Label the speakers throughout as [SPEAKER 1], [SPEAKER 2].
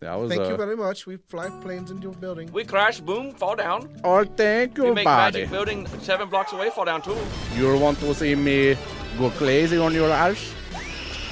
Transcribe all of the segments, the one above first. [SPEAKER 1] That was
[SPEAKER 2] Thank
[SPEAKER 1] uh,
[SPEAKER 2] you very much. We fly planes into a building.
[SPEAKER 3] We crash, boom, fall down.
[SPEAKER 1] Oh, thank
[SPEAKER 3] We
[SPEAKER 1] you,
[SPEAKER 3] make
[SPEAKER 1] buddy.
[SPEAKER 3] magic building seven blocks away, fall down too.
[SPEAKER 1] You want to see me go crazy on your arse?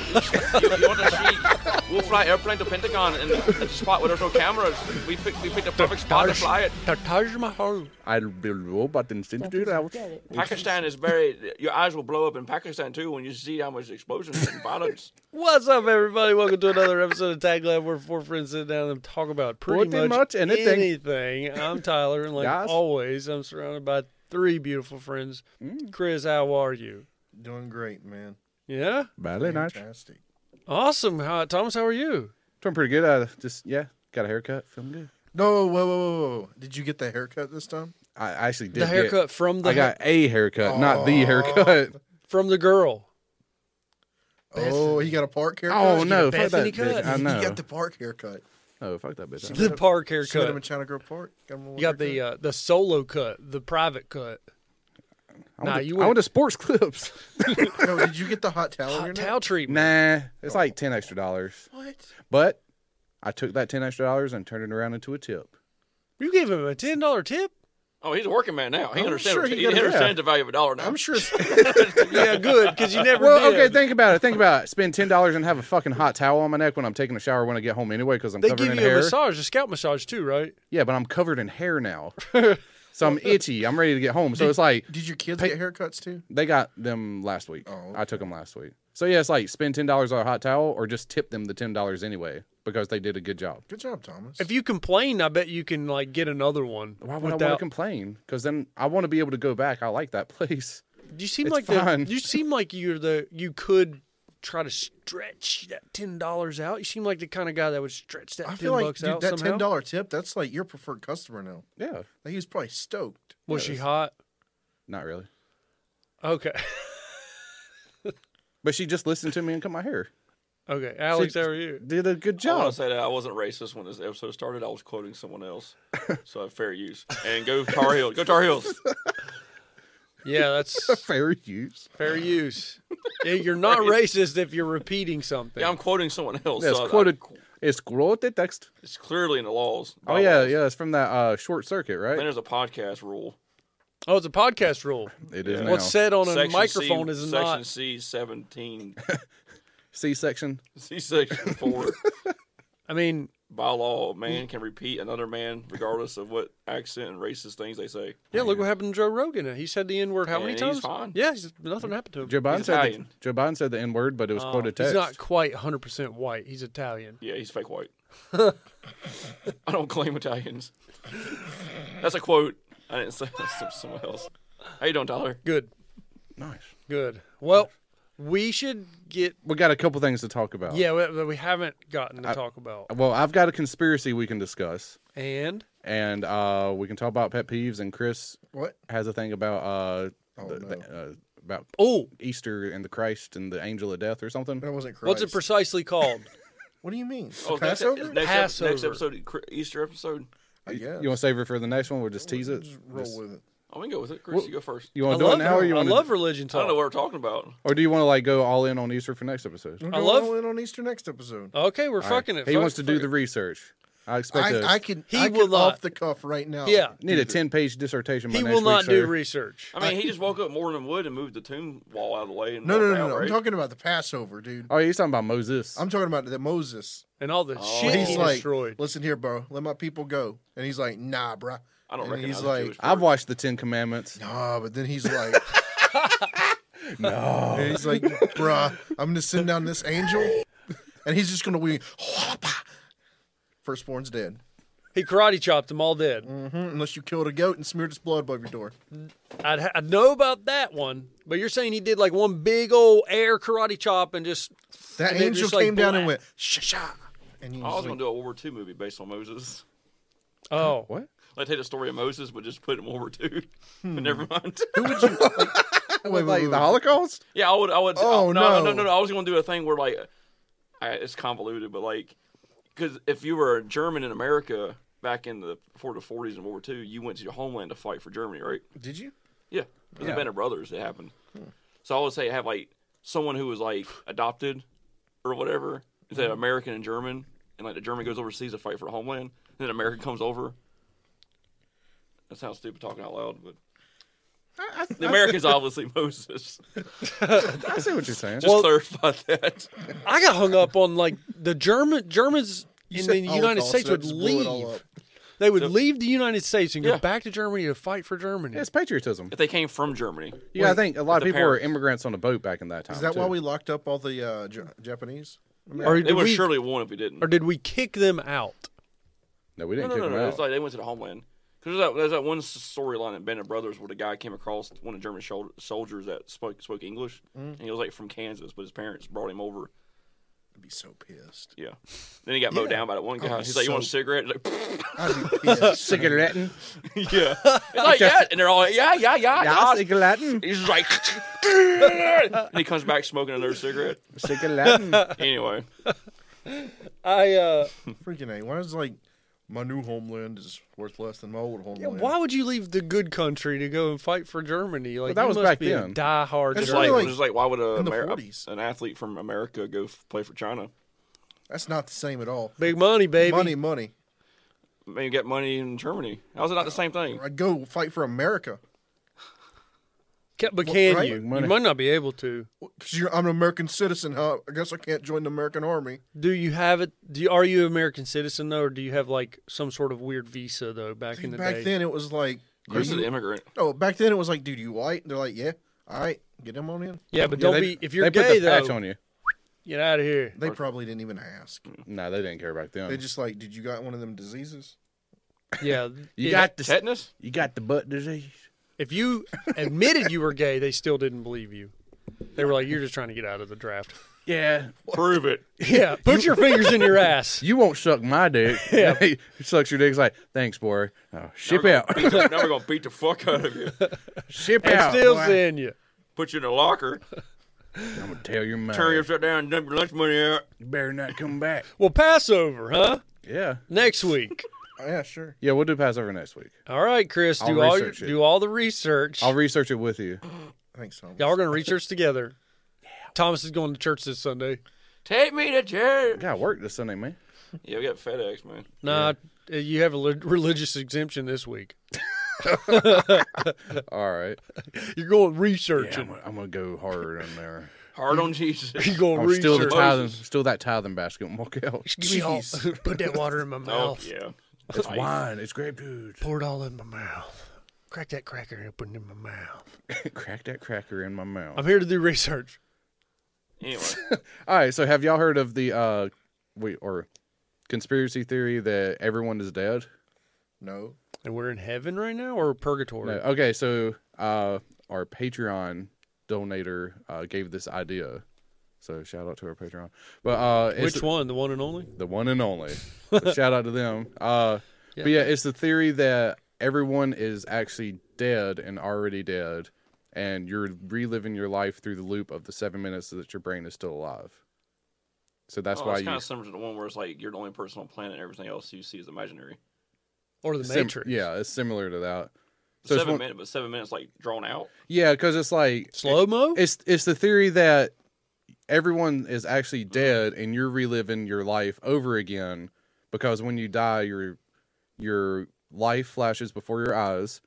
[SPEAKER 3] You, you want to see? We'll fly airplane to Pentagon and a spot where there's no cameras. We picked we picked the perfect spot to fly it.
[SPEAKER 4] The Taj Mahal.
[SPEAKER 1] I'll be robot instinct do that.
[SPEAKER 3] Pakistan is very. Your eyes will blow up in Pakistan too when you see how much explosions and violence.
[SPEAKER 4] What's up, everybody? Welcome to another episode of Tag Lab, where four friends sit down and talk about pretty,
[SPEAKER 1] Pretty much anything.
[SPEAKER 4] anything. I'm Tyler, and like
[SPEAKER 1] Yes.
[SPEAKER 4] always, I'm surrounded by three beautiful friends.
[SPEAKER 1] Mm.
[SPEAKER 4] Chris, how are you?
[SPEAKER 2] Doing great, man.
[SPEAKER 4] Yeah,
[SPEAKER 1] Badly nice.
[SPEAKER 2] Fantastic.
[SPEAKER 4] awesome. How, Thomas, how are you?
[SPEAKER 1] Doing pretty good. Uh, just yeah, got a haircut. Feeling good.
[SPEAKER 2] No, whoa, whoa, whoa, whoa. Did you get the haircut this time?
[SPEAKER 1] I I actually did
[SPEAKER 4] The
[SPEAKER 1] get-
[SPEAKER 4] haircut from the
[SPEAKER 1] I got a haircut, not the haircut.
[SPEAKER 4] from the girl.
[SPEAKER 2] Oh, he got a park haircut?
[SPEAKER 1] Oh no, fuck
[SPEAKER 4] Bethany
[SPEAKER 1] that bitch.
[SPEAKER 4] cut.
[SPEAKER 1] I
[SPEAKER 2] He
[SPEAKER 1] know.
[SPEAKER 2] got the park haircut.
[SPEAKER 1] oh fuck that bitch.
[SPEAKER 4] The park
[SPEAKER 2] Shoot him in
[SPEAKER 4] haircut.
[SPEAKER 2] China Grove Park. Got him a
[SPEAKER 4] You got the uh, the solo cut, the private cut.
[SPEAKER 1] I went,
[SPEAKER 4] nah,
[SPEAKER 1] to,
[SPEAKER 4] you
[SPEAKER 1] I went
[SPEAKER 4] went-
[SPEAKER 1] to sports clips.
[SPEAKER 2] haircut. no, did you get the hot towel? in your
[SPEAKER 4] uh, Hot
[SPEAKER 2] neck?
[SPEAKER 4] towel treatment.
[SPEAKER 1] nah, it's like ten extra dollars.
[SPEAKER 2] What?
[SPEAKER 1] But I took that ten extra dollars and turned it around into a tip.
[SPEAKER 4] You gave him a ten dollar tip.
[SPEAKER 3] Oh, he's a working man now. He
[SPEAKER 2] I'm
[SPEAKER 3] understands.
[SPEAKER 2] sure
[SPEAKER 3] he,
[SPEAKER 2] he got it,
[SPEAKER 3] understands
[SPEAKER 1] yeah.
[SPEAKER 3] the value of a dollar now.
[SPEAKER 2] I'm sure. It's,
[SPEAKER 4] Yeah, good because you never.
[SPEAKER 1] Well,
[SPEAKER 4] did.
[SPEAKER 1] okay, think about it. Think about it. Spend ten dollars and have a fucking hot towel on my neck when I'm taking a shower when I get home anyway because I'm
[SPEAKER 4] They
[SPEAKER 1] covered
[SPEAKER 4] give
[SPEAKER 1] in
[SPEAKER 4] you
[SPEAKER 1] hair.
[SPEAKER 4] a massage, a scalp massage too, right?
[SPEAKER 1] Yeah, but I'm covered in hair now. so I'm itchy. I'm ready to get home. So it's like
[SPEAKER 2] did your kids get haircuts too?
[SPEAKER 1] they got them last week.
[SPEAKER 2] Oh,
[SPEAKER 1] I took them last week. So yeah, it's like spend ten dollars on a hot towel or just tip them the ten dollars anyway because they did a good job.
[SPEAKER 2] Good job, Thomas.
[SPEAKER 4] If you complain, I bet you can like get another one.
[SPEAKER 1] Why would I want
[SPEAKER 4] without-
[SPEAKER 1] to complain? Because then I want to be able to go back. I like that place.
[SPEAKER 4] You seem
[SPEAKER 1] It's
[SPEAKER 4] like
[SPEAKER 1] fine.
[SPEAKER 4] the you seem like you're the you could try to stretch that ten dollars out. You seem like the kind of guy that would stretch that
[SPEAKER 2] I
[SPEAKER 4] ten
[SPEAKER 2] feel like
[SPEAKER 4] bucks
[SPEAKER 2] dude,
[SPEAKER 4] out
[SPEAKER 2] that ten
[SPEAKER 4] somehow.
[SPEAKER 2] dollar tip. That's like your preferred customer now.
[SPEAKER 1] Yeah,
[SPEAKER 2] Like, he was probably stoked.
[SPEAKER 4] Was she hot?
[SPEAKER 1] not really.
[SPEAKER 4] Okay,
[SPEAKER 1] But she just listened to me and cut my hair.
[SPEAKER 4] okay. Alex, how are you?
[SPEAKER 1] Did a good
[SPEAKER 3] I want
[SPEAKER 1] job.
[SPEAKER 3] to say that I wasn't racist when this episode started. I was quoting someone else, so I have fair use. And go Tar Heels. Go Tar Heels.
[SPEAKER 4] Yeah, that's
[SPEAKER 1] Fair use.
[SPEAKER 4] fair use. Yeah, You're not racist if you're repeating something.
[SPEAKER 3] Yeah, I'm quoting someone else.
[SPEAKER 1] Yes,
[SPEAKER 3] so I-
[SPEAKER 1] quoted. It's quoted text.
[SPEAKER 3] it's clearly in the laws.
[SPEAKER 1] Oh yeah, yeah. It's from that uh, short circuit,
[SPEAKER 3] Then
[SPEAKER 1] right?
[SPEAKER 3] there's a podcast rule.
[SPEAKER 4] oh, it's a podcast rule.
[SPEAKER 1] It is
[SPEAKER 3] Yeah.
[SPEAKER 1] now.
[SPEAKER 4] What's said on a
[SPEAKER 3] Section
[SPEAKER 4] microphone
[SPEAKER 3] C,
[SPEAKER 4] is
[SPEAKER 3] section
[SPEAKER 4] not.
[SPEAKER 3] C seventeen
[SPEAKER 1] C section.
[SPEAKER 3] C section four
[SPEAKER 4] I mean,
[SPEAKER 3] by law. A man can repeat another man regardless of what accent and racist things they say.
[SPEAKER 4] yeah. Look what happened to Joe Rogan. He said the n word how
[SPEAKER 3] Yeah,
[SPEAKER 4] many
[SPEAKER 3] he's
[SPEAKER 4] times?
[SPEAKER 3] fine.
[SPEAKER 4] Yeah, he's, nothing happened to him.
[SPEAKER 1] Joe Biden
[SPEAKER 3] He's
[SPEAKER 1] said the,
[SPEAKER 3] Italian.
[SPEAKER 1] Joe Biden said the N word, but it was quoted text.
[SPEAKER 4] He's not quite 100% white. He's Italian.
[SPEAKER 3] Yeah, he's fake white. I don't claim Italians. That's a quote. I didn't say that's from someone else. How you doing, Tyler?
[SPEAKER 4] Good.
[SPEAKER 1] nice.
[SPEAKER 4] Good. Well, we should get.
[SPEAKER 1] We got a couple things to talk about.
[SPEAKER 4] Yeah, we, we haven't gotten to talk about.
[SPEAKER 1] Well, I've got a conspiracy we can discuss,
[SPEAKER 4] And
[SPEAKER 1] and uh, we can talk about pet peeves. And Chris
[SPEAKER 2] What?
[SPEAKER 1] has a thing about uh,
[SPEAKER 2] Oh,
[SPEAKER 1] the, the, uh, about
[SPEAKER 4] oh,
[SPEAKER 1] Easter and the Christ and the angel of death or something.
[SPEAKER 2] That wasn't correct.
[SPEAKER 4] what's it precisely called?
[SPEAKER 2] What do you mean?
[SPEAKER 3] Oh, next,
[SPEAKER 2] Passover?
[SPEAKER 3] next, ep- next
[SPEAKER 4] Passover.
[SPEAKER 3] episode, cr- Easter episode.
[SPEAKER 2] I guess.
[SPEAKER 1] You want to save it for the next one? We'll just tease it.
[SPEAKER 2] Just roll
[SPEAKER 1] Just-
[SPEAKER 2] with it.
[SPEAKER 3] Oh, we can go with it. Chris, you go first.
[SPEAKER 1] you
[SPEAKER 4] I
[SPEAKER 1] want to do it
[SPEAKER 4] love,
[SPEAKER 1] now, or you
[SPEAKER 4] I
[SPEAKER 1] want
[SPEAKER 4] love religion
[SPEAKER 3] I
[SPEAKER 4] talk.
[SPEAKER 2] Oh.
[SPEAKER 3] don't know what we're talking about.
[SPEAKER 1] or do you want to like go all in on Easter for next episode?
[SPEAKER 2] We're
[SPEAKER 4] I
[SPEAKER 2] going
[SPEAKER 4] love-
[SPEAKER 2] all in on Easter next episode.
[SPEAKER 4] Okay, we're fucking it.
[SPEAKER 1] He
[SPEAKER 4] Fuck-
[SPEAKER 1] wants to do
[SPEAKER 4] fuck
[SPEAKER 1] the
[SPEAKER 4] it.
[SPEAKER 1] research. I expect
[SPEAKER 2] I,
[SPEAKER 1] a
[SPEAKER 2] I can.
[SPEAKER 4] He
[SPEAKER 2] I
[SPEAKER 4] will
[SPEAKER 2] can
[SPEAKER 4] not.
[SPEAKER 2] off the cuff right now.
[SPEAKER 4] Yeah.
[SPEAKER 1] need a ten-page dissertation. By
[SPEAKER 4] He
[SPEAKER 1] next
[SPEAKER 4] will
[SPEAKER 1] week,
[SPEAKER 4] not do
[SPEAKER 1] sir.
[SPEAKER 4] research.
[SPEAKER 3] I mean, he just woke up morning wood and moved the tomb wall out of the way. And
[SPEAKER 2] No, no, no,
[SPEAKER 3] walked
[SPEAKER 2] no.
[SPEAKER 3] out,
[SPEAKER 2] no. I'm
[SPEAKER 3] right?
[SPEAKER 2] talking about the Passover, dude.
[SPEAKER 1] Oh, he's talking about Moses.
[SPEAKER 2] I'm talking about the Moses.
[SPEAKER 4] And all the
[SPEAKER 3] Oh.
[SPEAKER 4] shit
[SPEAKER 2] He's
[SPEAKER 4] he
[SPEAKER 2] like,
[SPEAKER 4] destroyed.
[SPEAKER 2] listen here, bro. Let my people go. And he's like, nah, bruh.
[SPEAKER 3] I don't
[SPEAKER 2] and
[SPEAKER 3] recognize
[SPEAKER 2] he's
[SPEAKER 3] the
[SPEAKER 2] like,
[SPEAKER 3] Jewish
[SPEAKER 1] I've
[SPEAKER 3] word.
[SPEAKER 1] watched the Ten Commandments.
[SPEAKER 2] Nah, but then he's like, no. And he's like, bruh, I'm gonna send down this angel, and he's just gonna be Whoppa. Firstborn's dead.
[SPEAKER 4] He karate chopped them all dead.
[SPEAKER 1] Mm.
[SPEAKER 2] hmm Unless you killed a goat and smeared its blood above your door.
[SPEAKER 4] I'd, ha- I'd know about that one, but you're saying he did like one big old air karate chop and just
[SPEAKER 2] That
[SPEAKER 4] And then
[SPEAKER 2] angel
[SPEAKER 4] just, like,
[SPEAKER 2] came down and
[SPEAKER 4] black.
[SPEAKER 2] went sha sha. And he
[SPEAKER 3] I was
[SPEAKER 2] was like,
[SPEAKER 3] going to do a World War II movie based on Moses.
[SPEAKER 4] oh
[SPEAKER 1] What?
[SPEAKER 3] Like, take the story of Moses, but just put it in World War II. But never mind.
[SPEAKER 2] wait, wait,
[SPEAKER 1] Like
[SPEAKER 2] wait,
[SPEAKER 1] the
[SPEAKER 2] wait.
[SPEAKER 1] Holocaust?
[SPEAKER 3] yeah, I would. I would.
[SPEAKER 2] Oh,
[SPEAKER 3] I- no, no,
[SPEAKER 2] no.
[SPEAKER 3] no, no, I was going to do a thing where, like, I, it's convoluted, but, like, because if you were a German in America back in the before the 40s and World War II, you went to your homeland to fight for Germany, right?
[SPEAKER 2] Did you?
[SPEAKER 3] Yeah, it was a band of brothers. It happened.
[SPEAKER 4] Hmm.
[SPEAKER 3] So I would say
[SPEAKER 4] Hmm.
[SPEAKER 3] have like someone who was like adopted or whatever. Is that American and German? and like the German goes overseas to fight for homeland, and then America comes over. That sounds stupid talking out loud, but the American's obviously Moses. Just
[SPEAKER 1] I see what you're saying.
[SPEAKER 4] Well-
[SPEAKER 3] clarify that.
[SPEAKER 4] I got hung up on like the German Germans in
[SPEAKER 2] said
[SPEAKER 4] the United
[SPEAKER 2] Holocaust,
[SPEAKER 4] States
[SPEAKER 2] so that
[SPEAKER 4] would
[SPEAKER 2] just blew it all
[SPEAKER 4] leave.
[SPEAKER 2] up.
[SPEAKER 4] They would leave the United States and go
[SPEAKER 3] Yeah.
[SPEAKER 4] back to Germany to fight for Germany.
[SPEAKER 1] Yeah, it's patriotism.
[SPEAKER 3] If they came from Germany,
[SPEAKER 1] Yeah, I think a lot of
[SPEAKER 3] the
[SPEAKER 1] people were
[SPEAKER 3] parents.
[SPEAKER 1] immigrants on a boat back in that time.
[SPEAKER 2] Is that
[SPEAKER 1] too.
[SPEAKER 2] why we locked up all the uh, J- Japanese?
[SPEAKER 4] Or
[SPEAKER 3] they
[SPEAKER 4] did
[SPEAKER 3] would
[SPEAKER 4] we,
[SPEAKER 3] surely won if we didn't.
[SPEAKER 4] or did we kick them out?
[SPEAKER 1] No, we
[SPEAKER 3] No,
[SPEAKER 1] didn't
[SPEAKER 3] no,
[SPEAKER 1] kick
[SPEAKER 3] no,
[SPEAKER 1] them
[SPEAKER 3] no.
[SPEAKER 1] out.
[SPEAKER 3] It's like they went to the homeland. Because there's that, there's that one s- storyline in Band of Brothers where the guy came across one of the German shol- soldiers that spoke, spoke English,
[SPEAKER 2] Mm-hmm.
[SPEAKER 3] and he was like from Kansas, but his parents brought him over.
[SPEAKER 2] I'd be so pissed.
[SPEAKER 3] Yeah. Then he got mowed
[SPEAKER 2] Yeah.
[SPEAKER 3] down by that one guy.
[SPEAKER 2] Oh,
[SPEAKER 3] He's like, "You want a
[SPEAKER 2] so-
[SPEAKER 3] cigarette?" He's like,
[SPEAKER 2] I'd be pissed.
[SPEAKER 1] Cigarettin'.
[SPEAKER 3] yeah. It's like, yeah. And they're all like, "Yeah, yeah, yeah, yeah."
[SPEAKER 1] cigarettin'.
[SPEAKER 3] He's just like, and he comes back smoking another cigarette.
[SPEAKER 1] Cigarettin'.
[SPEAKER 3] Anyway,
[SPEAKER 4] I uh,
[SPEAKER 2] Freaking A. Why is like my new homeland is worth less than my old
[SPEAKER 4] yeah,
[SPEAKER 2] homeland?
[SPEAKER 4] why would you leave the good country to go and fight for Germany? Like
[SPEAKER 1] that
[SPEAKER 4] you
[SPEAKER 1] was
[SPEAKER 4] must
[SPEAKER 1] back
[SPEAKER 4] be a
[SPEAKER 1] then.
[SPEAKER 4] diehard.
[SPEAKER 2] It's
[SPEAKER 3] it's
[SPEAKER 4] German.
[SPEAKER 3] like,
[SPEAKER 2] really like
[SPEAKER 3] it's like, why would a
[SPEAKER 2] in the
[SPEAKER 3] Amer-
[SPEAKER 2] 40s.
[SPEAKER 3] an athlete from America go f- play for China?
[SPEAKER 2] That's not the same at all.
[SPEAKER 4] Big money, baby.
[SPEAKER 2] Money, money.
[SPEAKER 3] Maybe get money in Germany. How's it not the same thing?
[SPEAKER 2] I'd go fight for America
[SPEAKER 4] Ca- But can
[SPEAKER 2] right?
[SPEAKER 4] you?
[SPEAKER 1] Money.
[SPEAKER 4] You might not be able to.
[SPEAKER 2] because I'm an American citizen. Huh? I guess I can't join the American army.
[SPEAKER 4] Do you have it? Do you, are you an American citizen though, or do you have like some sort of weird visa though? Back in the
[SPEAKER 2] Back
[SPEAKER 4] day,
[SPEAKER 2] then, it was like, are
[SPEAKER 3] Chris is an
[SPEAKER 2] you-
[SPEAKER 3] immigrant.
[SPEAKER 2] oh, back then it was like, dude, you white? they're like, yeah, all right, get him on in.
[SPEAKER 4] yeah, but
[SPEAKER 1] Yeah,
[SPEAKER 4] don't
[SPEAKER 1] they-
[SPEAKER 4] be if you're
[SPEAKER 1] they put
[SPEAKER 4] gay
[SPEAKER 1] the patch
[SPEAKER 4] though.
[SPEAKER 1] on you.
[SPEAKER 4] Get out of here.
[SPEAKER 2] They probably didn't even ask.
[SPEAKER 1] No, they didn't care back then.
[SPEAKER 2] They just like, did you got one of them diseases?
[SPEAKER 4] Yeah,
[SPEAKER 1] you
[SPEAKER 4] if-
[SPEAKER 1] got the
[SPEAKER 3] Tetanus?
[SPEAKER 1] you got the butt disease.
[SPEAKER 4] If you admitted you were gay, they still didn't believe you. They were like, "You're just trying to get out of the draft."
[SPEAKER 1] Yeah,
[SPEAKER 3] Prove it.
[SPEAKER 4] Yeah, put your fingers in your ass.
[SPEAKER 1] you won't suck my dick. yeah, he sucks your dick. He's like, thanks, boy. Oh, ship
[SPEAKER 3] Now
[SPEAKER 1] out,
[SPEAKER 3] we're gonna beat- now we're gonna beat the fuck out of you.
[SPEAKER 1] ship
[SPEAKER 4] They
[SPEAKER 1] out.
[SPEAKER 4] still
[SPEAKER 1] boy.
[SPEAKER 4] seeing you.
[SPEAKER 3] Put you in a locker.
[SPEAKER 1] I'm gonna tell your mom.
[SPEAKER 3] Turn you upside down. Dump your lunch money out.
[SPEAKER 1] you better not come back.
[SPEAKER 4] Well, Passover, huh?
[SPEAKER 1] Yeah,
[SPEAKER 4] Next week.
[SPEAKER 2] Oh, yeah, sure.
[SPEAKER 1] yeah, we'll do Passover next week.
[SPEAKER 4] All right, Chris, do
[SPEAKER 1] I'll
[SPEAKER 4] all your,
[SPEAKER 1] research it.
[SPEAKER 4] do all the research.
[SPEAKER 1] I'll research it with you.
[SPEAKER 2] I think so.
[SPEAKER 4] Y'all are gonna research together. Thomas is going to church this Sunday.
[SPEAKER 3] Take me to church.
[SPEAKER 1] Got work this Sunday, man.
[SPEAKER 3] Yeah, we got FedEx, man.
[SPEAKER 4] Nah, uh, you have a le- religious exemption this week.
[SPEAKER 1] All right,
[SPEAKER 4] You're going
[SPEAKER 1] Yeah, I'm,
[SPEAKER 4] researching.
[SPEAKER 1] gonna, I'm gonna go harder in there.
[SPEAKER 3] Hard on Jesus.
[SPEAKER 4] You're going
[SPEAKER 1] I'm still the
[SPEAKER 4] research.
[SPEAKER 1] tithing, still that tithing basket. And walk out.
[SPEAKER 4] Give me all- put that water in my
[SPEAKER 3] Oh
[SPEAKER 4] mouth.
[SPEAKER 3] yeah.
[SPEAKER 1] It's wine. It's grapefruit.
[SPEAKER 4] Pour it all in my mouth. Crack that cracker open in my mouth.
[SPEAKER 1] Crack that cracker in my mouth.
[SPEAKER 4] I'm here to do research.
[SPEAKER 3] Anyway,
[SPEAKER 1] All right, so have y'all heard of the uh wait or conspiracy theory that everyone is dead?
[SPEAKER 2] No.
[SPEAKER 4] And we're in heaven right now or purgatory?
[SPEAKER 1] No. Okay, so uh our Patreon donator uh gave this idea. So shout out to our Patreon. But uh it's
[SPEAKER 4] Which one? The one and only?
[SPEAKER 1] the one and only. So shout out to them. Uh but yeah, it's the theory that everyone is actually dead and already dead and you're reliving your life through the loop of the 7 minutes that your brain is still alive. So that's
[SPEAKER 3] oh,
[SPEAKER 1] why
[SPEAKER 3] it's
[SPEAKER 1] you
[SPEAKER 3] kind of similar to the one where it's like you're the only person on planet, and everything else you see is imaginary.
[SPEAKER 4] Or the
[SPEAKER 1] Sim-
[SPEAKER 4] Matrix?
[SPEAKER 1] Yeah, it's similar to that. So it's
[SPEAKER 3] seven
[SPEAKER 1] one-
[SPEAKER 3] minutes, but seven minutes like drawn out.
[SPEAKER 1] yeah, because it's like
[SPEAKER 4] Slow mo?
[SPEAKER 1] it's it's the theory that everyone is actually dead and you're reliving your life over again because when you die, your your life flashes before your eyes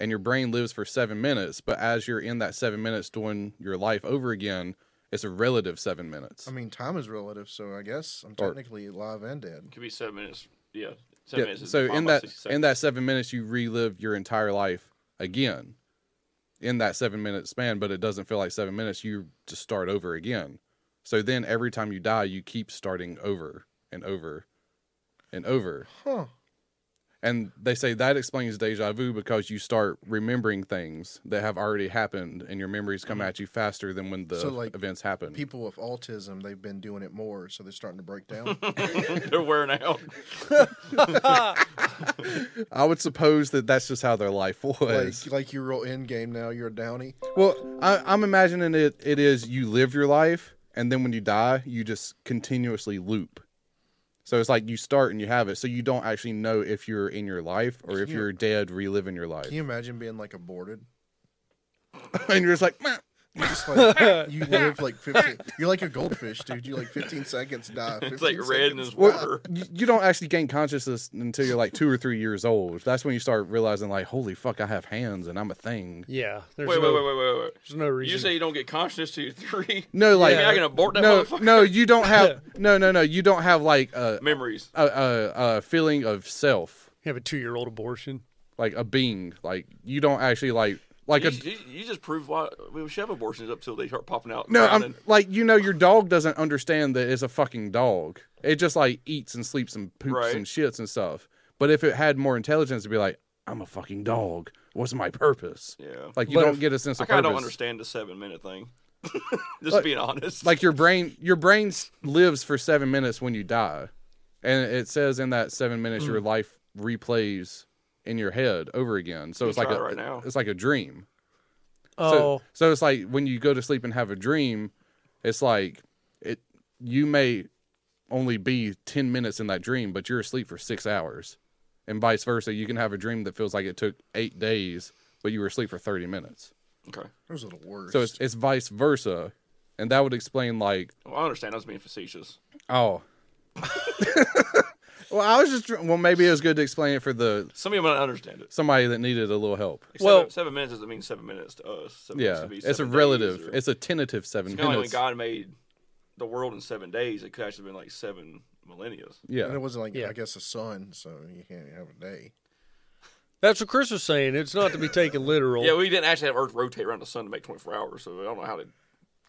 [SPEAKER 1] and your brain lives for seven minutes. But as you're in that seven minutes doing your life over again, it's a relative seven minutes.
[SPEAKER 2] I mean, time is relative, so I guess I'm
[SPEAKER 1] Or-
[SPEAKER 2] technically alive and dead.
[SPEAKER 3] It could be seven minutes. Yeah, seven
[SPEAKER 1] Yeah,
[SPEAKER 3] minutes. is
[SPEAKER 1] so
[SPEAKER 3] defined
[SPEAKER 1] in
[SPEAKER 3] by
[SPEAKER 1] that
[SPEAKER 3] 60 seconds.
[SPEAKER 1] in that seven minutes, you relive your entire life again. In that seven minute span, but it doesn't feel like seven minutes. You just start over again. So then, every time you die, you keep starting over and over and over.
[SPEAKER 2] Huh.
[SPEAKER 1] And they say that explains deja vu because you start remembering things that have already happened, and your memories come at you faster than when the
[SPEAKER 2] So, like,
[SPEAKER 1] events happen.
[SPEAKER 2] People with autism, they've been doing it more, so they're starting to break down.
[SPEAKER 3] they're wearing out.
[SPEAKER 1] I would suppose that that's just how their life was.
[SPEAKER 2] like, like your real end game now, you're a downy.
[SPEAKER 1] Well, I, I'm imagining it. It is you live your life, and then when you die, you just continuously loop. So it's like you start and you have it, so you don't actually know if you're in your life or if
[SPEAKER 2] you-
[SPEAKER 1] you're dead, reliving your life,
[SPEAKER 2] Can you imagine being like aborted?
[SPEAKER 1] and you're just like, "Meh."
[SPEAKER 2] You just like you live like fifteen. You're like a goldfish, dude. You like fifteen seconds die. 15
[SPEAKER 3] It's like red in
[SPEAKER 2] seconds
[SPEAKER 3] his
[SPEAKER 2] die.
[SPEAKER 3] water.
[SPEAKER 1] you, you don't actually gain consciousness until you're like two or three years old. That's when you start realizing, like, holy fuck, I have hands and I'm a thing.
[SPEAKER 4] Yeah. There's
[SPEAKER 3] Wait, wait,
[SPEAKER 4] no,
[SPEAKER 3] wait, wait, wait, wait.
[SPEAKER 4] There's no reason.
[SPEAKER 3] You say you don't get consciousness to three
[SPEAKER 1] No, like,
[SPEAKER 3] mean I can abort that
[SPEAKER 1] no,
[SPEAKER 3] motherfucker?
[SPEAKER 1] no, you don't have, no, no, no, you don't have like a
[SPEAKER 3] memories.
[SPEAKER 1] a, a, a feeling of self,
[SPEAKER 4] you have a two-year-old abortion.
[SPEAKER 1] like a being. Like you don't actually like like
[SPEAKER 3] You,
[SPEAKER 1] a
[SPEAKER 3] you, you just proved why we should have abortions up till they start popping out.
[SPEAKER 1] no.
[SPEAKER 3] drowning.
[SPEAKER 1] I'm like you know your dog doesn't understand that it's a fucking dog. It just like eats and sleeps and poops
[SPEAKER 3] Right.
[SPEAKER 1] and shits and stuff. But if it had more intelligence, it'd be like I'm a fucking dog. What's my purpose?
[SPEAKER 3] yeah.
[SPEAKER 1] Like you
[SPEAKER 4] But
[SPEAKER 1] don't
[SPEAKER 4] if-
[SPEAKER 1] get a sense
[SPEAKER 3] I
[SPEAKER 1] of
[SPEAKER 3] kind of
[SPEAKER 1] purpose.
[SPEAKER 3] don't understand the seven minute thing. just
[SPEAKER 1] Like-
[SPEAKER 3] being honest.
[SPEAKER 1] Like your brain, your brain s- lives for seven minutes when you die, and it says in that seven minutes
[SPEAKER 3] Mm.
[SPEAKER 1] your life replays in your head over again. So
[SPEAKER 3] I'm
[SPEAKER 1] it's like
[SPEAKER 3] trying
[SPEAKER 1] a,
[SPEAKER 3] right now.
[SPEAKER 1] it's like a dream.
[SPEAKER 4] Oh,
[SPEAKER 1] So, so it's like when you go to sleep and have a dream, it's like it you may only be 10 minutes in that dream, but you're asleep for 6 hours. And vice versa, you can have a dream that feels like it took 8 days, but you were asleep for 30 minutes.
[SPEAKER 3] okay.
[SPEAKER 2] Those are the worst.
[SPEAKER 1] So it's it's vice versa. And that would explain like,
[SPEAKER 3] Well, I understand. I was being facetious.
[SPEAKER 1] oh. well, I was just tr- well maybe it was good to explain it for the
[SPEAKER 3] Some of you might not understand it.
[SPEAKER 1] somebody that needed a little help.
[SPEAKER 3] Like,
[SPEAKER 4] Well-
[SPEAKER 3] seven, seven minutes doesn't mean seven minutes to us. Seven minutes
[SPEAKER 1] Yeah.
[SPEAKER 3] could be
[SPEAKER 1] It's a
[SPEAKER 3] seven days
[SPEAKER 1] relative.
[SPEAKER 3] or-
[SPEAKER 1] It's a tentative 7
[SPEAKER 3] Kind of like when
[SPEAKER 1] minutes.
[SPEAKER 3] God made the world in seven days, it could actually have been like seven millennia.
[SPEAKER 2] and
[SPEAKER 1] yeah.
[SPEAKER 2] it wasn't like
[SPEAKER 4] Yeah.
[SPEAKER 2] I guess a sun, so you can't have a day.
[SPEAKER 4] that's what Chris was saying. It's not to be taken literal.
[SPEAKER 3] Yeah, we didn't actually have Earth rotate around the sun to make 24 hours, so I don't know how to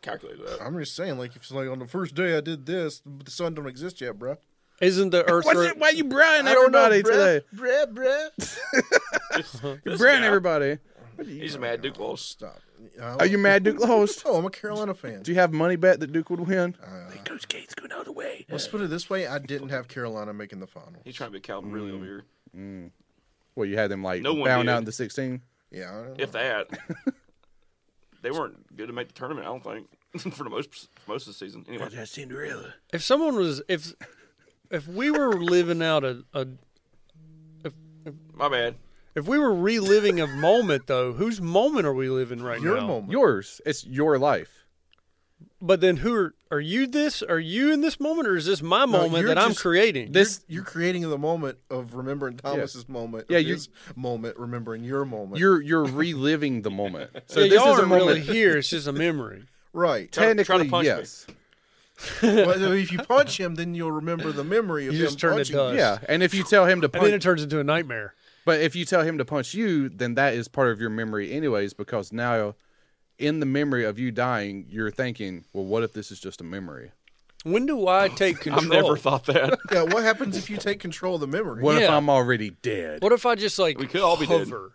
[SPEAKER 3] calculate that.
[SPEAKER 2] I'm just saying, like if it's like on the first day I did this, but the sun don't exist yet, bruh.
[SPEAKER 4] Isn't the Earth?
[SPEAKER 1] What's
[SPEAKER 4] ro-
[SPEAKER 1] it? Why you Brian
[SPEAKER 2] I don't know,
[SPEAKER 1] everybody today?
[SPEAKER 2] bruh, bruh, bruh.
[SPEAKER 1] You're
[SPEAKER 3] This
[SPEAKER 1] Brian
[SPEAKER 3] guy,
[SPEAKER 1] everybody.
[SPEAKER 3] He's a mad Duke Walls.
[SPEAKER 2] Stop.
[SPEAKER 1] Are you mad, Duke Lost?
[SPEAKER 2] Oh, I'm a Carolina fan.
[SPEAKER 1] Do you have money bet that Duke would win?
[SPEAKER 2] Uh,
[SPEAKER 1] Coach Kate's going out of the way.
[SPEAKER 2] let's put it this way: I didn't have Carolina making the final.
[SPEAKER 3] He's trying to be Calvin really
[SPEAKER 1] Mm.
[SPEAKER 3] over here.
[SPEAKER 1] Well, you had them like
[SPEAKER 3] No one
[SPEAKER 1] bound
[SPEAKER 3] did.
[SPEAKER 1] out in the 16.
[SPEAKER 2] Yeah, I don't know.
[SPEAKER 3] If that, they weren't good to make the tournament. I don't think for the most for most of the season. Anyway,
[SPEAKER 1] Cinderella.
[SPEAKER 4] if someone was if if we were living out a, a
[SPEAKER 3] my bad.
[SPEAKER 4] if we were reliving a moment though, whose moment are we living right
[SPEAKER 2] your
[SPEAKER 4] now?
[SPEAKER 2] moment.
[SPEAKER 1] Yours. It's your life.
[SPEAKER 4] But then who are are you this? Are you in this moment or is this my moment
[SPEAKER 2] you're
[SPEAKER 4] that I'm
[SPEAKER 2] just-
[SPEAKER 4] creating?
[SPEAKER 1] This
[SPEAKER 2] you're creating the moment of remembering Thomas's moment.
[SPEAKER 1] Yeah,
[SPEAKER 2] Yeah,
[SPEAKER 1] you-
[SPEAKER 2] his moment remembering your moment.
[SPEAKER 1] you're you're reliving the moment. So
[SPEAKER 4] yeah,
[SPEAKER 1] this
[SPEAKER 4] y'all
[SPEAKER 1] is a
[SPEAKER 4] aren't
[SPEAKER 1] moment
[SPEAKER 4] really here, it's just a memory.
[SPEAKER 2] right.
[SPEAKER 3] Try to-
[SPEAKER 1] technically
[SPEAKER 3] try to punch me.
[SPEAKER 1] yes.
[SPEAKER 2] well, if you punch him, then you'll remember the memory of
[SPEAKER 4] You
[SPEAKER 2] him
[SPEAKER 4] just turned to
[SPEAKER 2] punching.
[SPEAKER 4] dust.
[SPEAKER 2] you.
[SPEAKER 1] Yeah, and if you tell him to
[SPEAKER 4] And then
[SPEAKER 1] punch
[SPEAKER 4] it turns into a nightmare.
[SPEAKER 1] But if you tell him to punch you, then that is part of your memory, anyways, because now in the memory of you dying, you're thinking, well, what if this is just a memory?
[SPEAKER 4] When do I take control?
[SPEAKER 3] I've never thought that.
[SPEAKER 2] Yeah, what happens if you take control of the memory?
[SPEAKER 1] What if
[SPEAKER 4] Yeah.
[SPEAKER 1] I'm already dead?
[SPEAKER 4] What if I just like
[SPEAKER 3] We could all be dead.
[SPEAKER 4] hover?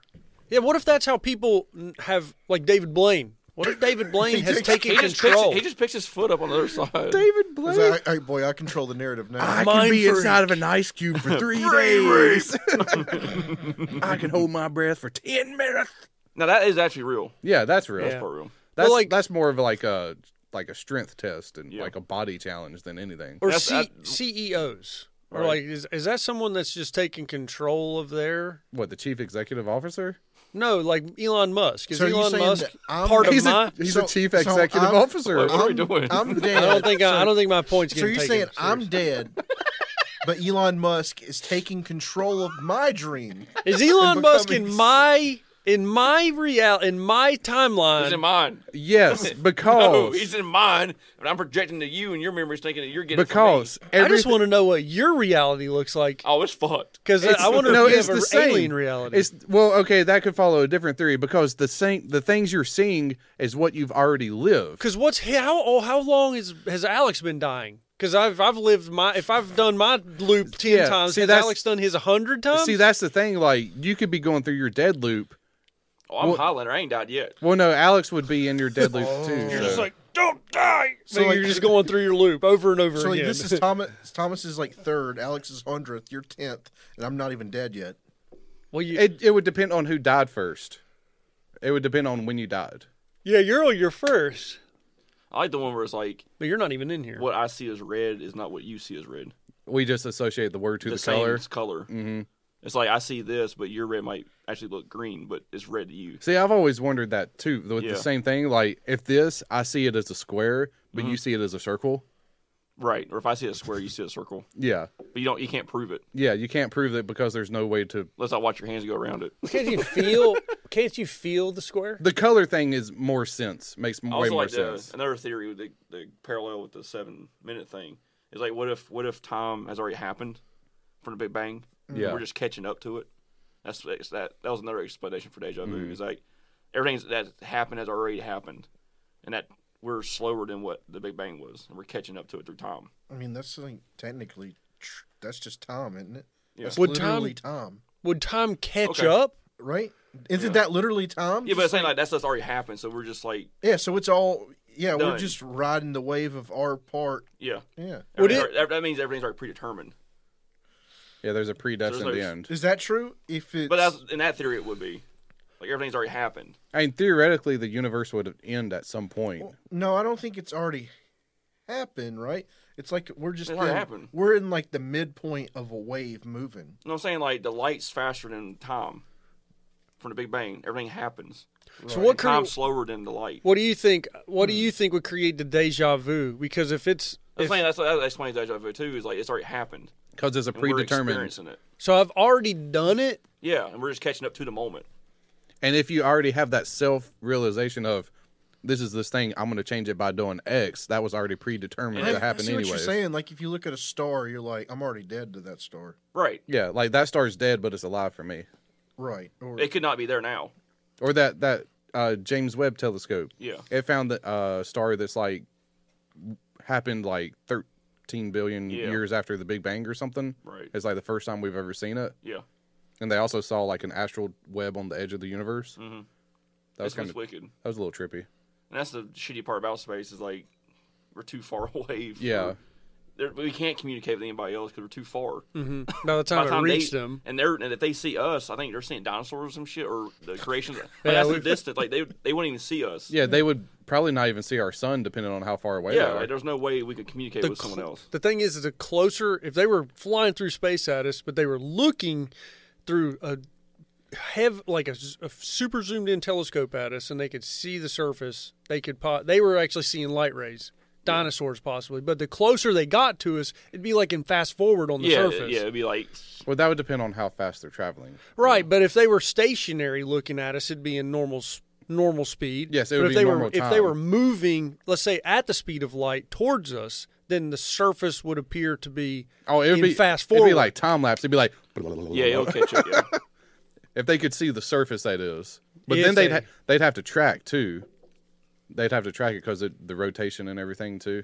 [SPEAKER 4] Yeah, what if that's how people n- have like David Blaine? What if David Blaine has taken
[SPEAKER 3] He just, picks,
[SPEAKER 4] control?
[SPEAKER 3] he just picks his foot up on the other side.
[SPEAKER 1] David
[SPEAKER 2] Is
[SPEAKER 1] Blake.
[SPEAKER 2] that- I, I- boy, I control the narrative now.
[SPEAKER 1] I can
[SPEAKER 4] Mind
[SPEAKER 1] be
[SPEAKER 4] freak.
[SPEAKER 1] inside of an ice cube for three days. I can hold my breath for ten minutes.
[SPEAKER 3] Now that is actually real.
[SPEAKER 1] Yeah, that's real.
[SPEAKER 4] Yeah.
[SPEAKER 3] For real.
[SPEAKER 1] That's
[SPEAKER 4] like-
[SPEAKER 1] that's more of like a like a strength test and
[SPEAKER 3] Yeah.
[SPEAKER 1] like a body challenge than anything.
[SPEAKER 4] or
[SPEAKER 3] That's-
[SPEAKER 4] C-
[SPEAKER 3] that-
[SPEAKER 4] CEOs? Or
[SPEAKER 3] Right.
[SPEAKER 4] like is is that someone that's just taking control of their
[SPEAKER 1] What the chief executive officer?
[SPEAKER 4] No, like Elon Musk. Is
[SPEAKER 2] So are you
[SPEAKER 4] Elon
[SPEAKER 2] saying
[SPEAKER 4] Musk
[SPEAKER 2] that I'm-
[SPEAKER 4] part of
[SPEAKER 1] He's
[SPEAKER 4] my
[SPEAKER 1] a he's
[SPEAKER 2] So-
[SPEAKER 1] a chief
[SPEAKER 2] so
[SPEAKER 1] executive
[SPEAKER 2] I'm-
[SPEAKER 1] officer.
[SPEAKER 3] Wait, what are we
[SPEAKER 2] I'm-
[SPEAKER 3] doing?
[SPEAKER 2] I'm dead.
[SPEAKER 4] I don't think I, I don't think my point's
[SPEAKER 2] So
[SPEAKER 4] getting
[SPEAKER 2] you're
[SPEAKER 4] taken
[SPEAKER 2] saying I'm
[SPEAKER 4] serious.
[SPEAKER 2] dead, but Elon Musk is taking control of my dream.
[SPEAKER 4] Is Elon
[SPEAKER 2] I'm
[SPEAKER 4] Musk in
[SPEAKER 2] becoming-
[SPEAKER 4] my in my real in my timeline?
[SPEAKER 3] He's in mine.
[SPEAKER 1] yes,
[SPEAKER 3] No,
[SPEAKER 1] because
[SPEAKER 3] he's in mine, and I'm projecting to you, and your memory's thinking that you're getting it from me.
[SPEAKER 1] because every,
[SPEAKER 4] I just want to know what your reality looks like
[SPEAKER 3] Oh, it's fucked.
[SPEAKER 4] because I wonder
[SPEAKER 1] no,
[SPEAKER 4] if you
[SPEAKER 1] it's
[SPEAKER 4] have an
[SPEAKER 1] the same.
[SPEAKER 4] alien reality.
[SPEAKER 1] It's well, okay, that could follow a different theory because the same the things you're seeing is what you've already lived.
[SPEAKER 4] Because what's how oh how long is has Alex been dying? Because I've I've lived my if I've done my loop ten
[SPEAKER 1] Yeah,
[SPEAKER 4] times,
[SPEAKER 1] see,
[SPEAKER 4] has
[SPEAKER 1] that's-
[SPEAKER 4] Alex done his hundred times?
[SPEAKER 1] See, that's the thing. Like you could be going through your dead loop.
[SPEAKER 3] Oh, I'm Highlander. I ain't died yet.
[SPEAKER 1] Well, no, Alex would be in your dead loop
[SPEAKER 3] Oh.
[SPEAKER 1] too.
[SPEAKER 4] you're
[SPEAKER 1] so-
[SPEAKER 4] just like don't die. So
[SPEAKER 2] So, like-
[SPEAKER 4] you're just going through your loop over and over
[SPEAKER 2] So like,
[SPEAKER 4] again.
[SPEAKER 2] this is Thomas. Thomas is like third, Alex is hundredth, you're tenth, and I'm not even dead yet.
[SPEAKER 4] well, you,
[SPEAKER 1] It it would depend on who died first. It would depend on when you died.
[SPEAKER 4] yeah, you're you're first,
[SPEAKER 3] I like the one where it's like,
[SPEAKER 4] but you're not even in here.
[SPEAKER 3] what I see as red is not what you see as red.
[SPEAKER 1] We just associate the word to the,
[SPEAKER 3] same
[SPEAKER 1] color.
[SPEAKER 3] color. Mm-hmm. It's like I see this, but your red might actually look green, but it's red to you.
[SPEAKER 1] See, I've always wondered that too. With
[SPEAKER 3] Yeah.
[SPEAKER 1] the same thing, like if this, I see it as a square, but
[SPEAKER 3] Mm-hmm.
[SPEAKER 1] you see it as a circle.
[SPEAKER 3] Right. Or if I see a square, you see a circle.
[SPEAKER 1] Yeah,
[SPEAKER 3] But you don't you can't prove it
[SPEAKER 1] yeah. You can't prove it because there's no way to.
[SPEAKER 3] unless I watch your hands go around it.
[SPEAKER 4] Can't you feel? can't you feel the square?
[SPEAKER 1] The color thing is more sense. Makes
[SPEAKER 3] I
[SPEAKER 1] way
[SPEAKER 3] also
[SPEAKER 1] more
[SPEAKER 3] like the,
[SPEAKER 1] sense.
[SPEAKER 3] another theory with the, the parallel with the seven minute thing is like what if what if time has already happened from the Big Bang? and
[SPEAKER 1] Mm-hmm. Yeah.
[SPEAKER 3] We're just catching up to it. That's that's- that that was another explanation for deja
[SPEAKER 1] Mm-hmm.
[SPEAKER 3] vu. Is like everything that's happened has already happened. And that we're slower than what the Big Bang was, and we're catching up to it through time.
[SPEAKER 2] I mean, that's like technically, tr- that's just time, isn't it?
[SPEAKER 3] Yeah.
[SPEAKER 2] That's
[SPEAKER 4] Would
[SPEAKER 2] literally time,
[SPEAKER 4] Would time catch
[SPEAKER 3] Okay.
[SPEAKER 4] up?
[SPEAKER 2] right? Isn't
[SPEAKER 3] Yeah.
[SPEAKER 2] that literally time?
[SPEAKER 3] Yeah, but
[SPEAKER 2] Just
[SPEAKER 3] it's saying like that's that's already happened, so we're just like,
[SPEAKER 2] Yeah, so it's all yeah,
[SPEAKER 3] Done.
[SPEAKER 2] we're just riding the wave of our part.
[SPEAKER 3] yeah.
[SPEAKER 2] Yeah.
[SPEAKER 4] Would
[SPEAKER 3] Everything's already- that means everything's already predetermined.
[SPEAKER 1] Yeah, there's a predestined
[SPEAKER 3] There's no-
[SPEAKER 1] end.
[SPEAKER 2] Is that true? If it's
[SPEAKER 3] But that's, in that theory, it would be like everything's already happened.
[SPEAKER 1] I mean, theoretically, the universe would end at some point.
[SPEAKER 2] no, I don't think it's already happened, right? It's like we're just
[SPEAKER 3] It already
[SPEAKER 2] in-
[SPEAKER 3] happened.
[SPEAKER 2] we're in like the midpoint of a wave moving.
[SPEAKER 3] You know what I'm saying? Like the light's faster than time from the Big Bang. Everything happens.
[SPEAKER 4] So what
[SPEAKER 3] And time's
[SPEAKER 4] create,
[SPEAKER 3] slower than the light.
[SPEAKER 4] What do you think? What
[SPEAKER 3] Hmm.
[SPEAKER 4] do you think would create the deja vu? Because if it's
[SPEAKER 3] That's
[SPEAKER 4] if-
[SPEAKER 3] the thing, that's that explains deja vu too. Is like it's already happened.
[SPEAKER 1] Because there's a
[SPEAKER 3] And we're
[SPEAKER 1] predetermined.
[SPEAKER 3] experiencing it.
[SPEAKER 4] so, I've already done it.
[SPEAKER 3] Yeah, and we're just catching up to the moment.
[SPEAKER 1] And if you already have that self realization of this is this thing, I'm going to change it by doing X, that was already predetermined to
[SPEAKER 3] And
[SPEAKER 2] I- I
[SPEAKER 1] happen
[SPEAKER 2] see what you're
[SPEAKER 1] anyway.
[SPEAKER 2] saying. Like if you look at a star, you're like, I'm already dead to that star.
[SPEAKER 3] Right.
[SPEAKER 1] Yeah, like that star's dead, but it's alive for me.
[SPEAKER 2] Right. Or
[SPEAKER 3] It could not be there now.
[SPEAKER 1] Or that that uh, James Webb telescope.
[SPEAKER 3] Yeah.
[SPEAKER 1] It found that uh, star that's like happened like 13 billion
[SPEAKER 3] Yeah.
[SPEAKER 1] years after the Big Bang or something.
[SPEAKER 3] Right.
[SPEAKER 1] It's like the first time we've ever seen it.
[SPEAKER 3] Yeah.
[SPEAKER 1] And they also saw like an astral web on the edge of the universe. Mm-hmm. That was
[SPEAKER 3] That's
[SPEAKER 1] kind of
[SPEAKER 3] what's wicked. And
[SPEAKER 1] that was a little trippy.
[SPEAKER 3] that's the shitty part about space is like we're too far away. for-
[SPEAKER 1] Yeah.
[SPEAKER 3] there- we can't communicate with anybody else because we're too far.
[SPEAKER 4] By the
[SPEAKER 3] By
[SPEAKER 4] time
[SPEAKER 3] the
[SPEAKER 4] I
[SPEAKER 3] time
[SPEAKER 4] reach
[SPEAKER 3] they,
[SPEAKER 4] them,
[SPEAKER 3] and they're and if they see us, I think they're seeing dinosaurs or some shit or the creations. Like,
[SPEAKER 4] Yeah,
[SPEAKER 3] that's the
[SPEAKER 4] we've-
[SPEAKER 3] distance. Like they they wouldn't even see us.
[SPEAKER 1] Yeah, they would probably not even see our sun, depending on how far away.
[SPEAKER 3] Yeah,
[SPEAKER 1] they are.
[SPEAKER 3] like, there's no way we could communicate
[SPEAKER 4] The
[SPEAKER 3] with someone
[SPEAKER 4] cl-
[SPEAKER 3] else.
[SPEAKER 4] the thing is, is the closer if they were flying through space at us, but they were looking through a have like a, s- a super zoomed in telescope at us, and they could see the surface. They could po- they were actually seeing light rays, dinosaurs possibly. But the closer they got to us, it'd be like in fast forward on the
[SPEAKER 3] yeah,
[SPEAKER 4] surface.
[SPEAKER 3] yeah, it'd be like
[SPEAKER 1] Well, that would depend on how fast they're traveling.
[SPEAKER 4] Right, but if they were stationary looking at us, it'd be in normal s- normal speed.
[SPEAKER 1] Yes, it
[SPEAKER 4] But
[SPEAKER 1] would
[SPEAKER 4] if
[SPEAKER 1] be
[SPEAKER 4] they
[SPEAKER 1] normal
[SPEAKER 4] were if they
[SPEAKER 1] time.
[SPEAKER 4] were moving, let's say at the speed of light towards us, then the surface would appear to be
[SPEAKER 1] Oh, it would
[SPEAKER 4] in
[SPEAKER 1] be
[SPEAKER 4] fast
[SPEAKER 1] It'd
[SPEAKER 4] forward.
[SPEAKER 1] be like time lapse. It'd be like
[SPEAKER 3] yeah, it'll catch up. Yeah,
[SPEAKER 1] if they could see the surface that is. But
[SPEAKER 4] If
[SPEAKER 1] then they'd
[SPEAKER 4] they-
[SPEAKER 1] ha- they'd have to track too. They'd have to track it because the rotation and everything too.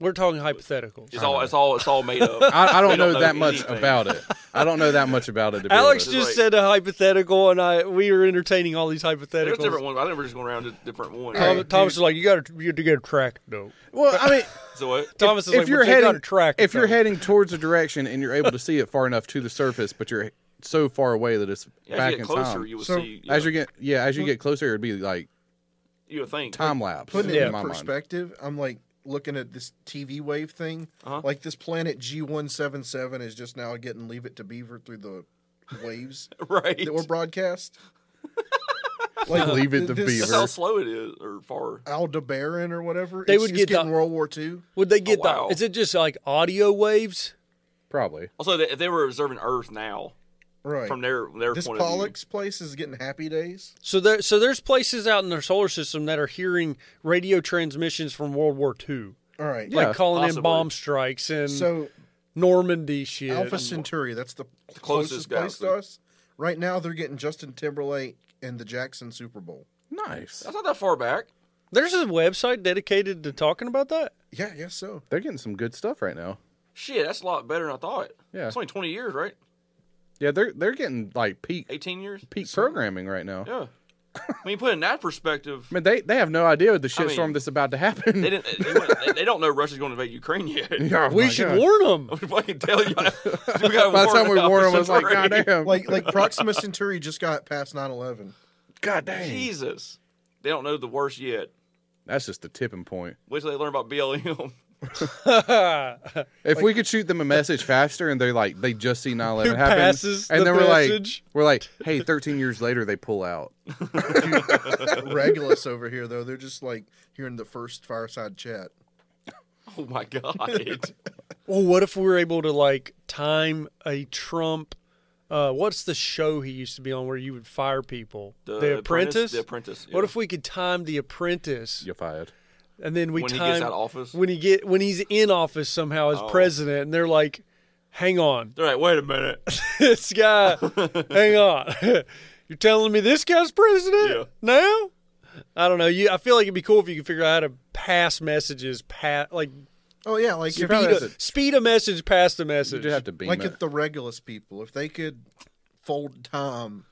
[SPEAKER 4] we're talking hypotheticals.
[SPEAKER 3] it's all it's all it's all made up.
[SPEAKER 1] I, I
[SPEAKER 3] They
[SPEAKER 1] don't
[SPEAKER 3] don't
[SPEAKER 1] know that
[SPEAKER 3] know
[SPEAKER 1] much
[SPEAKER 3] anything.
[SPEAKER 1] about it. I don't know that much about it. To be
[SPEAKER 4] Alex
[SPEAKER 1] honest.
[SPEAKER 4] just
[SPEAKER 3] like-
[SPEAKER 4] said a hypothetical, and I we were entertaining all these
[SPEAKER 3] There's different
[SPEAKER 4] hypotheticals.
[SPEAKER 3] ones. I think we're just going around to different ones.
[SPEAKER 4] Thomas, Thomas is like, you got to you got to get a track though.
[SPEAKER 1] well, I mean,
[SPEAKER 3] so what?
[SPEAKER 4] Thomas is
[SPEAKER 1] if
[SPEAKER 4] like,
[SPEAKER 1] you're
[SPEAKER 4] "But they got
[SPEAKER 1] heading
[SPEAKER 4] a track
[SPEAKER 1] if you're
[SPEAKER 4] though."
[SPEAKER 1] heading towards a direction and you're able to see it far enough to the surface, but you're so far away that it's
[SPEAKER 3] As
[SPEAKER 1] back
[SPEAKER 3] you get
[SPEAKER 1] in
[SPEAKER 3] closer,
[SPEAKER 1] time.
[SPEAKER 3] you will
[SPEAKER 2] So,
[SPEAKER 3] see. You,
[SPEAKER 1] As
[SPEAKER 3] know,
[SPEAKER 1] you get yeah, as you get closer, it'd be like
[SPEAKER 3] you would think
[SPEAKER 1] time lapse.
[SPEAKER 2] putting
[SPEAKER 4] Yeah.
[SPEAKER 2] it
[SPEAKER 1] in my
[SPEAKER 2] in
[SPEAKER 1] mind.
[SPEAKER 2] perspective, I'm like looking at this TV wave thing.
[SPEAKER 3] Uh-huh.
[SPEAKER 2] Like this planet G177 is just now getting Leave It to Beaver through the waves
[SPEAKER 3] right.
[SPEAKER 2] that were broadcast.
[SPEAKER 1] Leave It to
[SPEAKER 2] this
[SPEAKER 3] That's
[SPEAKER 1] Beaver.
[SPEAKER 3] how slow it is, or far.
[SPEAKER 2] Aldebaran or whatever.
[SPEAKER 4] They
[SPEAKER 2] it's-
[SPEAKER 4] would
[SPEAKER 2] it's
[SPEAKER 4] get the-
[SPEAKER 2] getting World War II.
[SPEAKER 4] Would they get
[SPEAKER 3] Oh,
[SPEAKER 4] the?
[SPEAKER 3] wow.
[SPEAKER 4] Is it just like audio waves?
[SPEAKER 1] Probably.
[SPEAKER 3] Also, they- if they were observing Earth now
[SPEAKER 2] Right.
[SPEAKER 3] from their their
[SPEAKER 2] this
[SPEAKER 3] point of view,
[SPEAKER 2] Pollux place is getting happy days.
[SPEAKER 4] So there, so there's places out in their solar system that are hearing radio transmissions from World War II,
[SPEAKER 2] All right.
[SPEAKER 1] Yeah.
[SPEAKER 4] like calling
[SPEAKER 3] possibly.
[SPEAKER 4] in bomb strikes and
[SPEAKER 2] So
[SPEAKER 4] Normandy shit.
[SPEAKER 2] Alpha Centauri, that's the closest,
[SPEAKER 3] closest
[SPEAKER 2] place to
[SPEAKER 3] galaxy.
[SPEAKER 2] us. Right now, they're getting Justin Timberlake and the Jackson Super Bowl.
[SPEAKER 1] Nice.
[SPEAKER 3] that's not that far back.
[SPEAKER 4] there's a website dedicated to talking about that.
[SPEAKER 2] Yeah, yes, so.
[SPEAKER 1] They're getting some good stuff right now.
[SPEAKER 3] Shit, that's a lot better than I thought.
[SPEAKER 1] Yeah.
[SPEAKER 3] it's only twenty years, right?
[SPEAKER 1] Yeah, they're they're getting like peak
[SPEAKER 3] Eighteen years.
[SPEAKER 1] peak programming right now.
[SPEAKER 3] Yeah. When you put it in that perspective,
[SPEAKER 1] I mean, they they have no idea the
[SPEAKER 3] I
[SPEAKER 1] shitstorm
[SPEAKER 3] mean,
[SPEAKER 1] that's about to happen.
[SPEAKER 3] they didn't. They, wouldn't- they- they don't know Russia's going to invade Ukraine yet.
[SPEAKER 1] Oh
[SPEAKER 4] we
[SPEAKER 1] my
[SPEAKER 4] should
[SPEAKER 1] God.
[SPEAKER 4] warn them.
[SPEAKER 3] I'm fucking tell you. We got
[SPEAKER 1] By the time we
[SPEAKER 3] out
[SPEAKER 1] warn
[SPEAKER 3] for
[SPEAKER 1] them, it's like,
[SPEAKER 3] Centurion.
[SPEAKER 1] God damn,
[SPEAKER 2] Like, like Proxima Centauri just got past 9 11.
[SPEAKER 1] God dang.
[SPEAKER 3] Jesus. They don't know the worst yet.
[SPEAKER 1] That's just the tipping point.
[SPEAKER 3] Wait till they learn about BLM.
[SPEAKER 1] If we could shoot them a message faster and they're like, they just see 9
[SPEAKER 4] Who
[SPEAKER 1] 11 happen.
[SPEAKER 4] passes
[SPEAKER 1] and
[SPEAKER 4] the
[SPEAKER 1] then we're
[SPEAKER 4] message?
[SPEAKER 1] like, we're like, hey, 13 years later, they pull out.
[SPEAKER 2] Regulus over here though, they're just like hearing the first fireside chat.
[SPEAKER 3] Oh my god.
[SPEAKER 4] Well, what if we were able to like time a Trump? Uh, what's the show he used to be on where you would fire people? The, Apprentice.
[SPEAKER 3] The Apprentice.
[SPEAKER 4] What
[SPEAKER 3] yeah.
[SPEAKER 4] if we could time The Apprentice,
[SPEAKER 1] You're fired.
[SPEAKER 4] and then we
[SPEAKER 3] when he
[SPEAKER 4] time
[SPEAKER 3] gets out of office? Oh.
[SPEAKER 4] when he get when he's in office somehow as president, and they're like, "Hang on,
[SPEAKER 3] They're like, wait a minute.
[SPEAKER 4] this guy, hang on, you're telling me this guy's president
[SPEAKER 3] Yeah.
[SPEAKER 4] now?" I don't know. You, I feel like it'd be cool if you could figure out how to pass messages, pa- like
[SPEAKER 2] Oh yeah, like if,
[SPEAKER 4] speed
[SPEAKER 1] probably
[SPEAKER 4] a,
[SPEAKER 1] have
[SPEAKER 4] speed a message past a message.
[SPEAKER 1] You just have to beam
[SPEAKER 2] like
[SPEAKER 1] it.
[SPEAKER 2] if the Regulus people, if they could fold time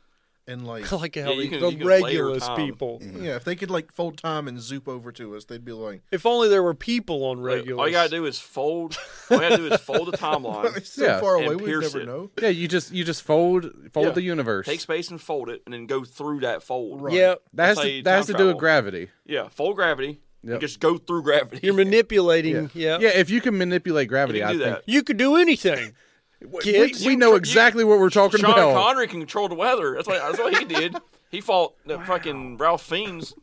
[SPEAKER 2] and like
[SPEAKER 4] like how
[SPEAKER 3] you
[SPEAKER 4] we-
[SPEAKER 3] can-
[SPEAKER 4] the
[SPEAKER 3] you can layer
[SPEAKER 4] regulars
[SPEAKER 3] time.
[SPEAKER 4] people.
[SPEAKER 2] yeah, if they could like fold time and zoop over to us, they'd be like
[SPEAKER 4] If only there were people on
[SPEAKER 3] Like,
[SPEAKER 4] regulars.
[SPEAKER 3] all you gotta do is fold. All you gotta do is fold the timeline,
[SPEAKER 2] it's so
[SPEAKER 1] Yeah.
[SPEAKER 2] far
[SPEAKER 3] And
[SPEAKER 2] away we'd
[SPEAKER 3] pierce
[SPEAKER 2] never
[SPEAKER 3] it.
[SPEAKER 2] know.
[SPEAKER 1] Yeah, you just you just fold fold
[SPEAKER 3] Yeah.
[SPEAKER 1] the universe.
[SPEAKER 3] take space and fold it, and then go through that fold.
[SPEAKER 2] Right.
[SPEAKER 4] Yeah,
[SPEAKER 1] that has
[SPEAKER 3] That's how
[SPEAKER 1] to
[SPEAKER 3] you
[SPEAKER 1] that has to
[SPEAKER 3] time
[SPEAKER 1] do with
[SPEAKER 3] travel.
[SPEAKER 1] gravity.
[SPEAKER 3] Yeah, fold gravity. and
[SPEAKER 1] Yep.
[SPEAKER 3] just go through gravity.
[SPEAKER 4] you're manipulating. Mm, Yeah.
[SPEAKER 1] Yeah, if you can manipulate gravity,
[SPEAKER 3] You can
[SPEAKER 1] I
[SPEAKER 3] do
[SPEAKER 1] think
[SPEAKER 3] that.
[SPEAKER 4] you could do anything.
[SPEAKER 1] we,
[SPEAKER 4] Kids,
[SPEAKER 1] we know exactly what we're talking
[SPEAKER 3] Sean
[SPEAKER 1] about.
[SPEAKER 3] Connery can control the weather. That's what, that's what he did. He fought the fucking Ralph Fiennes.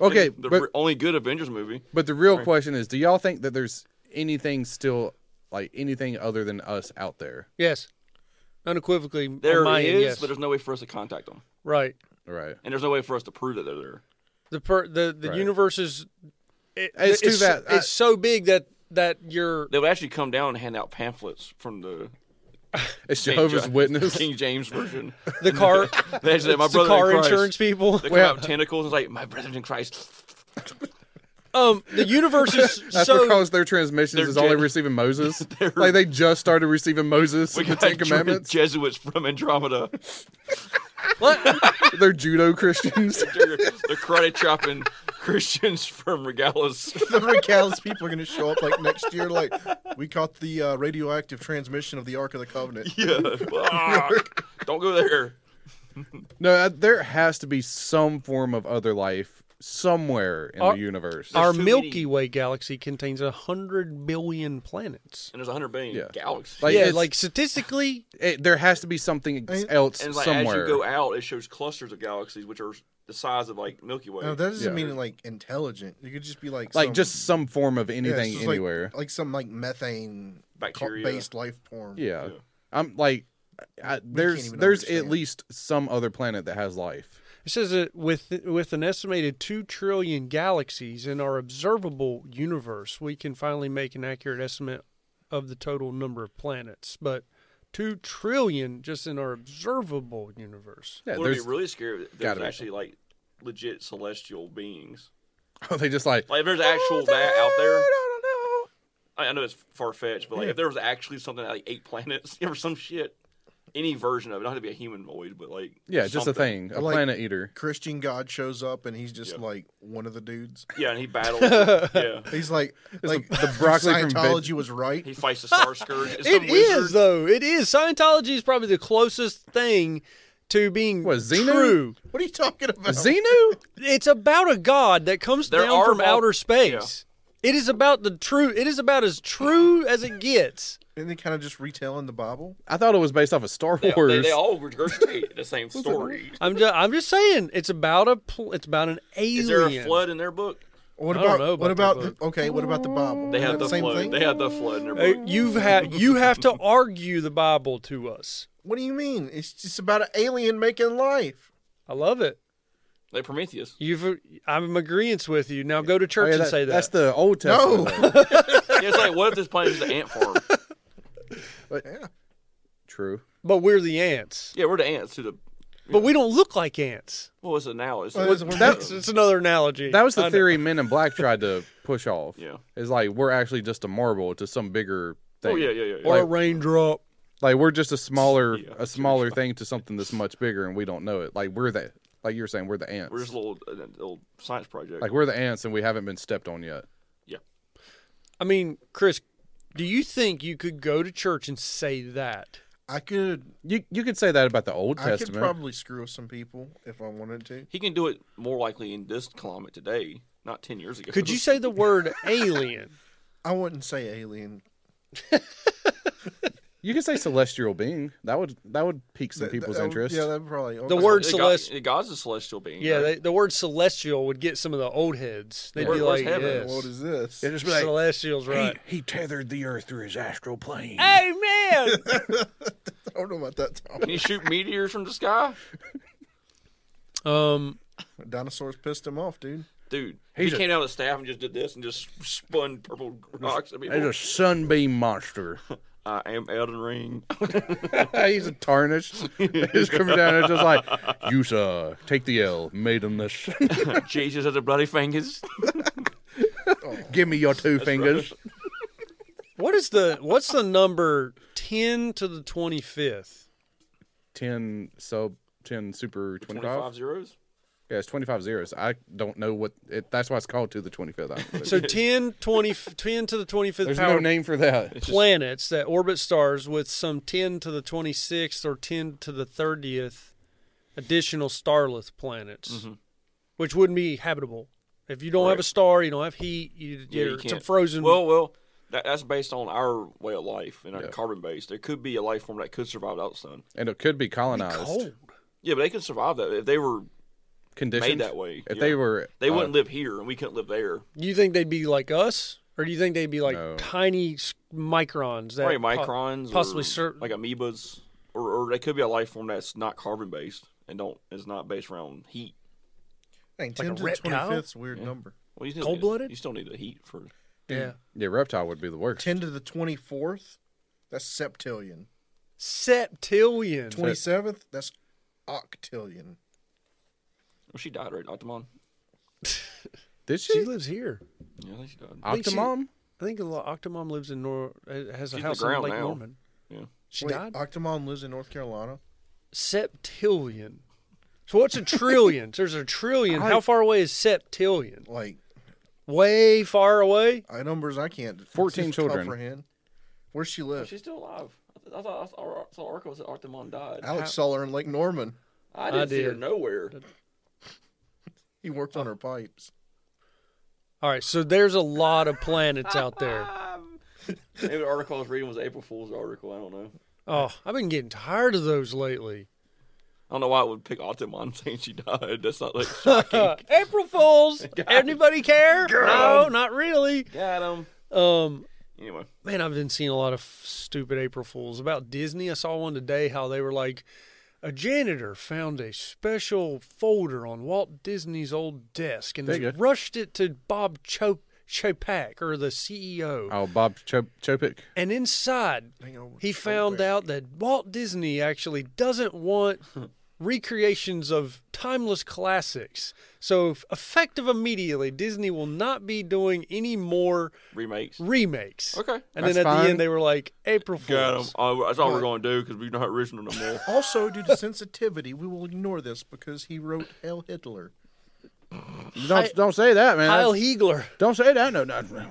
[SPEAKER 1] okay,
[SPEAKER 3] the
[SPEAKER 1] but
[SPEAKER 3] re- only good Avengers movie.
[SPEAKER 1] but the real question is, do y'all think that there's anything still like anything other than us out there?
[SPEAKER 4] yes, unequivocally. on
[SPEAKER 3] There
[SPEAKER 4] my
[SPEAKER 3] he
[SPEAKER 4] end,
[SPEAKER 3] is,
[SPEAKER 4] yes.
[SPEAKER 3] but there's no way for us to contact them,
[SPEAKER 4] right.
[SPEAKER 1] Right.
[SPEAKER 3] and there's no way for us to prove that they're there.
[SPEAKER 4] The per, the the
[SPEAKER 1] Right.
[SPEAKER 4] universe is. It,
[SPEAKER 1] It's too
[SPEAKER 4] so-
[SPEAKER 1] that- I-
[SPEAKER 4] it's so big that that you're.
[SPEAKER 3] They would actually come down and hand out pamphlets from the
[SPEAKER 1] It's
[SPEAKER 3] King
[SPEAKER 1] Jehovah's
[SPEAKER 3] Ja-
[SPEAKER 1] Witness.
[SPEAKER 3] King James version.
[SPEAKER 4] The car,
[SPEAKER 3] They actually have my
[SPEAKER 4] it's the
[SPEAKER 3] brother
[SPEAKER 4] car
[SPEAKER 3] in Christ.
[SPEAKER 4] insurance people.
[SPEAKER 3] They come
[SPEAKER 1] Well-
[SPEAKER 3] out with tentacles. It's like my brethren in Christ.
[SPEAKER 4] Um, the universe is
[SPEAKER 1] That's
[SPEAKER 4] so
[SPEAKER 1] because their transmissions
[SPEAKER 3] They're
[SPEAKER 1] is only
[SPEAKER 3] gen-
[SPEAKER 1] receiving Moses. like they just started receiving Moses
[SPEAKER 3] We
[SPEAKER 1] and the
[SPEAKER 3] got
[SPEAKER 1] Ten
[SPEAKER 3] Jer-
[SPEAKER 1] Commandments.
[SPEAKER 3] Jesuits from Andromeda.
[SPEAKER 1] They're judo Christians.
[SPEAKER 3] They're, they're karate chopping Christians from Regalis.
[SPEAKER 2] The Regulus people are gonna show up like next year, like we caught the uh, radioactive transmission of the Ark of the Covenant.
[SPEAKER 3] Yeah, fuck. Don't go there.
[SPEAKER 1] no, uh, there has to be some form of other life somewhere in
[SPEAKER 4] Our-
[SPEAKER 1] the universe.
[SPEAKER 4] our
[SPEAKER 3] too
[SPEAKER 4] Milky
[SPEAKER 3] many-
[SPEAKER 4] Way galaxy contains a hundred billion planets.
[SPEAKER 3] And there's 100 billion
[SPEAKER 1] Yeah.
[SPEAKER 3] galaxies.
[SPEAKER 1] Like,
[SPEAKER 4] yeah,
[SPEAKER 1] it's-
[SPEAKER 4] like statistically,
[SPEAKER 1] it, there has to be something
[SPEAKER 2] I-
[SPEAKER 1] else
[SPEAKER 3] and like as
[SPEAKER 1] somewhere.
[SPEAKER 3] you go out, it shows clusters of galaxies, which are the size of like Milky Way.
[SPEAKER 2] Now, that doesn't
[SPEAKER 1] Yeah.
[SPEAKER 2] mean like intelligent. You could just be like
[SPEAKER 1] like
[SPEAKER 2] some-
[SPEAKER 1] just some form of
[SPEAKER 2] yeah, it's
[SPEAKER 1] anything
[SPEAKER 2] just, like-
[SPEAKER 1] anywhere.
[SPEAKER 2] like, some like methane
[SPEAKER 3] Bacteria.
[SPEAKER 2] based life form.
[SPEAKER 1] yeah.
[SPEAKER 3] yeah.
[SPEAKER 1] I'm like I, there's
[SPEAKER 2] even
[SPEAKER 1] there's at
[SPEAKER 2] understand.
[SPEAKER 1] least some other planet that has life.
[SPEAKER 4] It says that with with an estimated two trillion galaxies in our observable universe, we can finally make an accurate estimate of the total number of planets. But two trillion just in our observable universe.
[SPEAKER 1] Yeah,
[SPEAKER 3] What would be
[SPEAKER 1] there's
[SPEAKER 3] really scary if
[SPEAKER 1] Gotta be.
[SPEAKER 3] there's actually like legit celestial beings.
[SPEAKER 1] they just like
[SPEAKER 3] Like if there's actual that out there.
[SPEAKER 1] Oh, I don't know.
[SPEAKER 3] I I know it's far fetched, but like if there was actually something that, like eight planets or some shit, any version of it, not gonna be a humanoid, but like
[SPEAKER 1] Yeah, just a
[SPEAKER 3] something.
[SPEAKER 1] thing, a
[SPEAKER 2] Like-
[SPEAKER 1] planet eater.
[SPEAKER 2] Christian God shows up and he's just
[SPEAKER 3] Yeah.
[SPEAKER 2] like one of the dudes.
[SPEAKER 3] Yeah, and he battles. yeah,
[SPEAKER 2] He's like like
[SPEAKER 1] the broccoli from Veg-
[SPEAKER 2] Scientology was right.
[SPEAKER 3] he fights the star scourge. It's
[SPEAKER 4] It
[SPEAKER 3] some
[SPEAKER 4] is
[SPEAKER 3] wizard.
[SPEAKER 4] though. It is. Scientology is probably the closest thing to being
[SPEAKER 1] What, Xenu?
[SPEAKER 4] true.
[SPEAKER 2] What are you talking about?
[SPEAKER 1] Xenu?
[SPEAKER 4] It's about a god that comes
[SPEAKER 3] There
[SPEAKER 4] down
[SPEAKER 3] are
[SPEAKER 4] from
[SPEAKER 3] vul-
[SPEAKER 4] outer space. It is about the true. It is about as true as it gets.
[SPEAKER 2] and they kind of just retelling the Bible.
[SPEAKER 1] I thought it was based off of Star
[SPEAKER 3] They,
[SPEAKER 1] Wars.
[SPEAKER 3] they, they all regurgitate the same story.
[SPEAKER 4] I'm just, I'm just saying it's about a pl- it's about an alien.
[SPEAKER 3] Is there a flood in their book?
[SPEAKER 2] What
[SPEAKER 4] I don't
[SPEAKER 2] about,
[SPEAKER 4] know
[SPEAKER 2] what
[SPEAKER 4] about
[SPEAKER 2] about
[SPEAKER 4] that
[SPEAKER 2] the, okay? What about the Bible?
[SPEAKER 3] They
[SPEAKER 2] Is
[SPEAKER 3] had
[SPEAKER 2] that
[SPEAKER 3] the
[SPEAKER 2] same
[SPEAKER 3] flood.
[SPEAKER 2] thing.
[SPEAKER 3] They had the flood in their
[SPEAKER 4] Uh,
[SPEAKER 3] book.
[SPEAKER 4] You've had you have to argue the Bible to us.
[SPEAKER 2] what do you mean? It's just about an alien making life.
[SPEAKER 4] I love it.
[SPEAKER 3] Like Prometheus.
[SPEAKER 4] You've I'm agreeance with you. Now go to
[SPEAKER 1] Oh,
[SPEAKER 4] church
[SPEAKER 1] yeah,
[SPEAKER 4] and
[SPEAKER 1] that-
[SPEAKER 4] say that.
[SPEAKER 1] That's the Old
[SPEAKER 2] No.
[SPEAKER 1] Testament.
[SPEAKER 3] Yeah, it's like what if this planet is an ant farm?
[SPEAKER 1] True.
[SPEAKER 4] but we're the ants.
[SPEAKER 3] Yeah, we're the ants to the
[SPEAKER 4] But we don't look like ants.
[SPEAKER 3] what was it now? It's
[SPEAKER 2] Well,
[SPEAKER 3] it's-
[SPEAKER 2] it's-
[SPEAKER 4] That's it's another analogy.
[SPEAKER 1] That was the
[SPEAKER 4] I know.
[SPEAKER 1] theory Men in Black tried to push off.
[SPEAKER 3] Yeah.
[SPEAKER 1] It's like we're actually just a marble to some bigger thing.
[SPEAKER 3] oh yeah, yeah, yeah. yeah.
[SPEAKER 4] Or a raindrop.
[SPEAKER 1] Like we're just a smaller
[SPEAKER 3] Yeah,
[SPEAKER 1] a smaller thing to something that's much bigger and we don't know it. Like we're the like you were saying, we're the ants.
[SPEAKER 3] we're just a little, a little science project.
[SPEAKER 1] like we're the ants and we haven't been stepped on yet.
[SPEAKER 3] yeah,
[SPEAKER 4] I mean, Chris, do you think you could go to church and say that?
[SPEAKER 2] I could
[SPEAKER 1] You you could say that about the Old
[SPEAKER 2] I could
[SPEAKER 1] Testament.
[SPEAKER 2] probably screw some people if I wanted to.
[SPEAKER 3] he can do it more likely in this climate today not ten years ago.
[SPEAKER 4] Could you say the word alien?
[SPEAKER 2] I wouldn't say alien.
[SPEAKER 1] You could say celestial being. That would that would pique some
[SPEAKER 2] That- that-
[SPEAKER 1] people's
[SPEAKER 2] that would-
[SPEAKER 1] interest.
[SPEAKER 2] oh, Yeah, that probably.
[SPEAKER 4] The word
[SPEAKER 3] God-
[SPEAKER 4] celest-
[SPEAKER 3] God's a celestial being.
[SPEAKER 4] Yeah,
[SPEAKER 3] right?
[SPEAKER 4] they, the word celestial would get some of the old heads. They'd
[SPEAKER 3] Where-
[SPEAKER 4] be
[SPEAKER 3] where's
[SPEAKER 4] like,
[SPEAKER 3] heaven?
[SPEAKER 4] yes.
[SPEAKER 2] What is this?
[SPEAKER 1] It'd just be like,
[SPEAKER 4] Celestial's right.
[SPEAKER 1] he, he tethered the earth through his astral plane.
[SPEAKER 4] Hey, man!
[SPEAKER 2] I don't know about that.
[SPEAKER 3] Can you shoot meteors from the sky,
[SPEAKER 4] um,
[SPEAKER 2] Dinosaurs pissed him off, dude.
[SPEAKER 3] dude?
[SPEAKER 1] He's
[SPEAKER 3] he
[SPEAKER 1] a-
[SPEAKER 3] came out of the staff and just did this and just spun purple rocks. I, mean,
[SPEAKER 1] He's a sunbeam monster.
[SPEAKER 3] I am Elden Ring.
[SPEAKER 1] He's a tarnish. He's coming down and just like, you sir, take the L, maidenless.
[SPEAKER 3] Jesus has a bloody fingers.
[SPEAKER 1] Give me your two fingers.
[SPEAKER 4] what is the what's the number ten to the twenty fifth?
[SPEAKER 1] Ten sub, ten super twenty five.
[SPEAKER 3] Twenty-five zeros.
[SPEAKER 1] Yeah, it's twenty five zeros. I don't know what. It, that's why it's called to the twenty fifth.
[SPEAKER 4] So 10, 20, 10 to the twenty fifth
[SPEAKER 1] There's
[SPEAKER 4] power
[SPEAKER 1] no name for that.
[SPEAKER 4] planets that orbit stars with some ten to the twenty sixth or ten to the thirtieth additional starless planets,
[SPEAKER 3] Mm-hmm.
[SPEAKER 4] which wouldn't be habitable. If you don't have a
[SPEAKER 3] Correct.
[SPEAKER 4] star, you don't have heat. You,
[SPEAKER 3] Yeah,
[SPEAKER 4] you're,
[SPEAKER 3] you
[SPEAKER 4] it's a
[SPEAKER 3] can't.
[SPEAKER 4] frozen.
[SPEAKER 3] Well, well, that, that's based on our way of life and our carbon base. There could be a life form that could survive without sun.
[SPEAKER 1] And it could be colonized.
[SPEAKER 4] cold.
[SPEAKER 3] Yeah, but they could survive that if they were.
[SPEAKER 1] Conditions.
[SPEAKER 3] that way,
[SPEAKER 1] If
[SPEAKER 3] yeah.
[SPEAKER 1] they were.
[SPEAKER 3] They
[SPEAKER 1] uh,
[SPEAKER 3] wouldn't live here, and we couldn't live there.
[SPEAKER 4] You think they'd be like us, or do you think they'd be like
[SPEAKER 1] No.
[SPEAKER 4] tiny s- microns? That
[SPEAKER 3] Probably
[SPEAKER 4] po-
[SPEAKER 3] microns,
[SPEAKER 4] possibly
[SPEAKER 3] or
[SPEAKER 4] cer-
[SPEAKER 3] like amoebas, or, or they could be a life form that's not carbon based and don't is not based around heat.
[SPEAKER 2] Dang,
[SPEAKER 4] a
[SPEAKER 2] 10 to the
[SPEAKER 4] reptile?
[SPEAKER 2] 25th 's a weird number.
[SPEAKER 3] Well, you still
[SPEAKER 4] Cold-blooded?
[SPEAKER 3] Need, you still need the heat for.
[SPEAKER 4] yeah.
[SPEAKER 1] Yeah, reptile would be the worst.
[SPEAKER 2] 10 to the 24th, that's septillion.
[SPEAKER 4] Septillion.
[SPEAKER 2] 27th, that's octillion.
[SPEAKER 3] Well, she died, right? Octomom.
[SPEAKER 1] Did
[SPEAKER 4] She
[SPEAKER 1] she?
[SPEAKER 4] lives here.
[SPEAKER 3] Yeah, I think she died.
[SPEAKER 4] think she-
[SPEAKER 1] Octomom?
[SPEAKER 4] I think a lo- Octomom lives in Nor uh, has a
[SPEAKER 3] She's in the
[SPEAKER 4] house on
[SPEAKER 3] ground
[SPEAKER 4] Lake
[SPEAKER 3] now.
[SPEAKER 4] Norman.
[SPEAKER 3] Yeah.
[SPEAKER 4] She
[SPEAKER 2] Wait,
[SPEAKER 4] died.
[SPEAKER 2] Octomom lives in North Carolina.
[SPEAKER 4] septillion. So what's a trillion? There's a trillion. How far away is septillion?
[SPEAKER 2] Like,
[SPEAKER 4] Way far away.
[SPEAKER 2] I numbers I can't
[SPEAKER 1] 14 children.
[SPEAKER 2] comprehend. Where's she live?
[SPEAKER 3] She's still alive. I th- I thought I saw, I saw Arco said Octomom died.
[SPEAKER 2] Alex saw her in Lake Norman.
[SPEAKER 3] I didn't see her
[SPEAKER 4] did.
[SPEAKER 3] nowhere.
[SPEAKER 2] He worked on her pipes.
[SPEAKER 4] All right. So there's a lot of planets out there.
[SPEAKER 3] Maybe the article I was reading was April Fool's article. I don't know.
[SPEAKER 4] Oh, I've been getting tired of those lately.
[SPEAKER 3] I don't know why it would pick Octomom saying she died. That's not like
[SPEAKER 4] Uh,
[SPEAKER 3] shocking.
[SPEAKER 4] April Fools. Anybody care? No, not really.
[SPEAKER 3] Got him.
[SPEAKER 4] Um,
[SPEAKER 3] Anyway,
[SPEAKER 4] Man, I've been seeing a lot of stupid April Fools about Disney. I saw one today how they were like, a janitor found a special folder on Walt Disney's old desk and
[SPEAKER 1] There you
[SPEAKER 4] they
[SPEAKER 1] go.
[SPEAKER 4] rushed it to Bob Chop Chopak or the CEO.
[SPEAKER 1] Oh, Bob Chop- Chopik.
[SPEAKER 4] And inside,
[SPEAKER 2] Hang on.
[SPEAKER 4] he found out that Walt Disney actually doesn't want recreations of timeless classics. So, effective immediately, Disney will not be doing any more
[SPEAKER 3] remakes.
[SPEAKER 4] remakes.
[SPEAKER 3] Okay.
[SPEAKER 4] And
[SPEAKER 1] That's
[SPEAKER 4] then at the
[SPEAKER 1] fine.
[SPEAKER 4] end, they were like, April
[SPEAKER 3] Got him.
[SPEAKER 4] Fools.
[SPEAKER 3] that's all we're going to do because we're not rich no more.
[SPEAKER 2] Also, due to sensitivity, we will ignore this because he wrote Hell Hitler.
[SPEAKER 1] Don't don't say that, man.
[SPEAKER 4] Kyle Heagler.
[SPEAKER 1] Don't say that. No, no, no,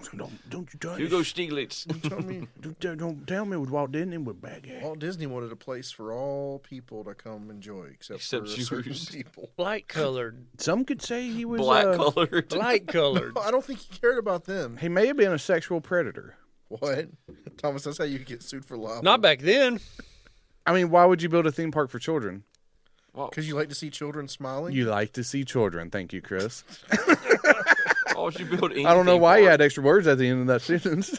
[SPEAKER 1] don't, don't you tell
[SPEAKER 3] Hugo Stieglitz.
[SPEAKER 2] Tell me,
[SPEAKER 1] Don't, don't- don't tell me with Walt Disney with bad guy.
[SPEAKER 2] Walt Disney wanted a place for all people to come enjoy, except,
[SPEAKER 3] Except
[SPEAKER 2] for certain
[SPEAKER 3] Jews.
[SPEAKER 2] people.
[SPEAKER 4] Light colored.
[SPEAKER 1] Some could say he was
[SPEAKER 3] Black
[SPEAKER 1] uh,
[SPEAKER 3] colored.
[SPEAKER 4] Light colored.
[SPEAKER 2] I don't think he cared about them.
[SPEAKER 1] He may have been a sexual predator.
[SPEAKER 2] What, Thomas? That's how you get sued for libel.
[SPEAKER 4] Not back then.
[SPEAKER 1] I mean, why would you build a theme park for children?
[SPEAKER 3] Wow.
[SPEAKER 2] because you like to see children smiling.
[SPEAKER 1] You like to see children. Thank you, Chris.
[SPEAKER 3] Why would you build
[SPEAKER 1] I don't know
[SPEAKER 3] anything
[SPEAKER 1] why you
[SPEAKER 3] for it?
[SPEAKER 1] had extra words at the end of that sentence.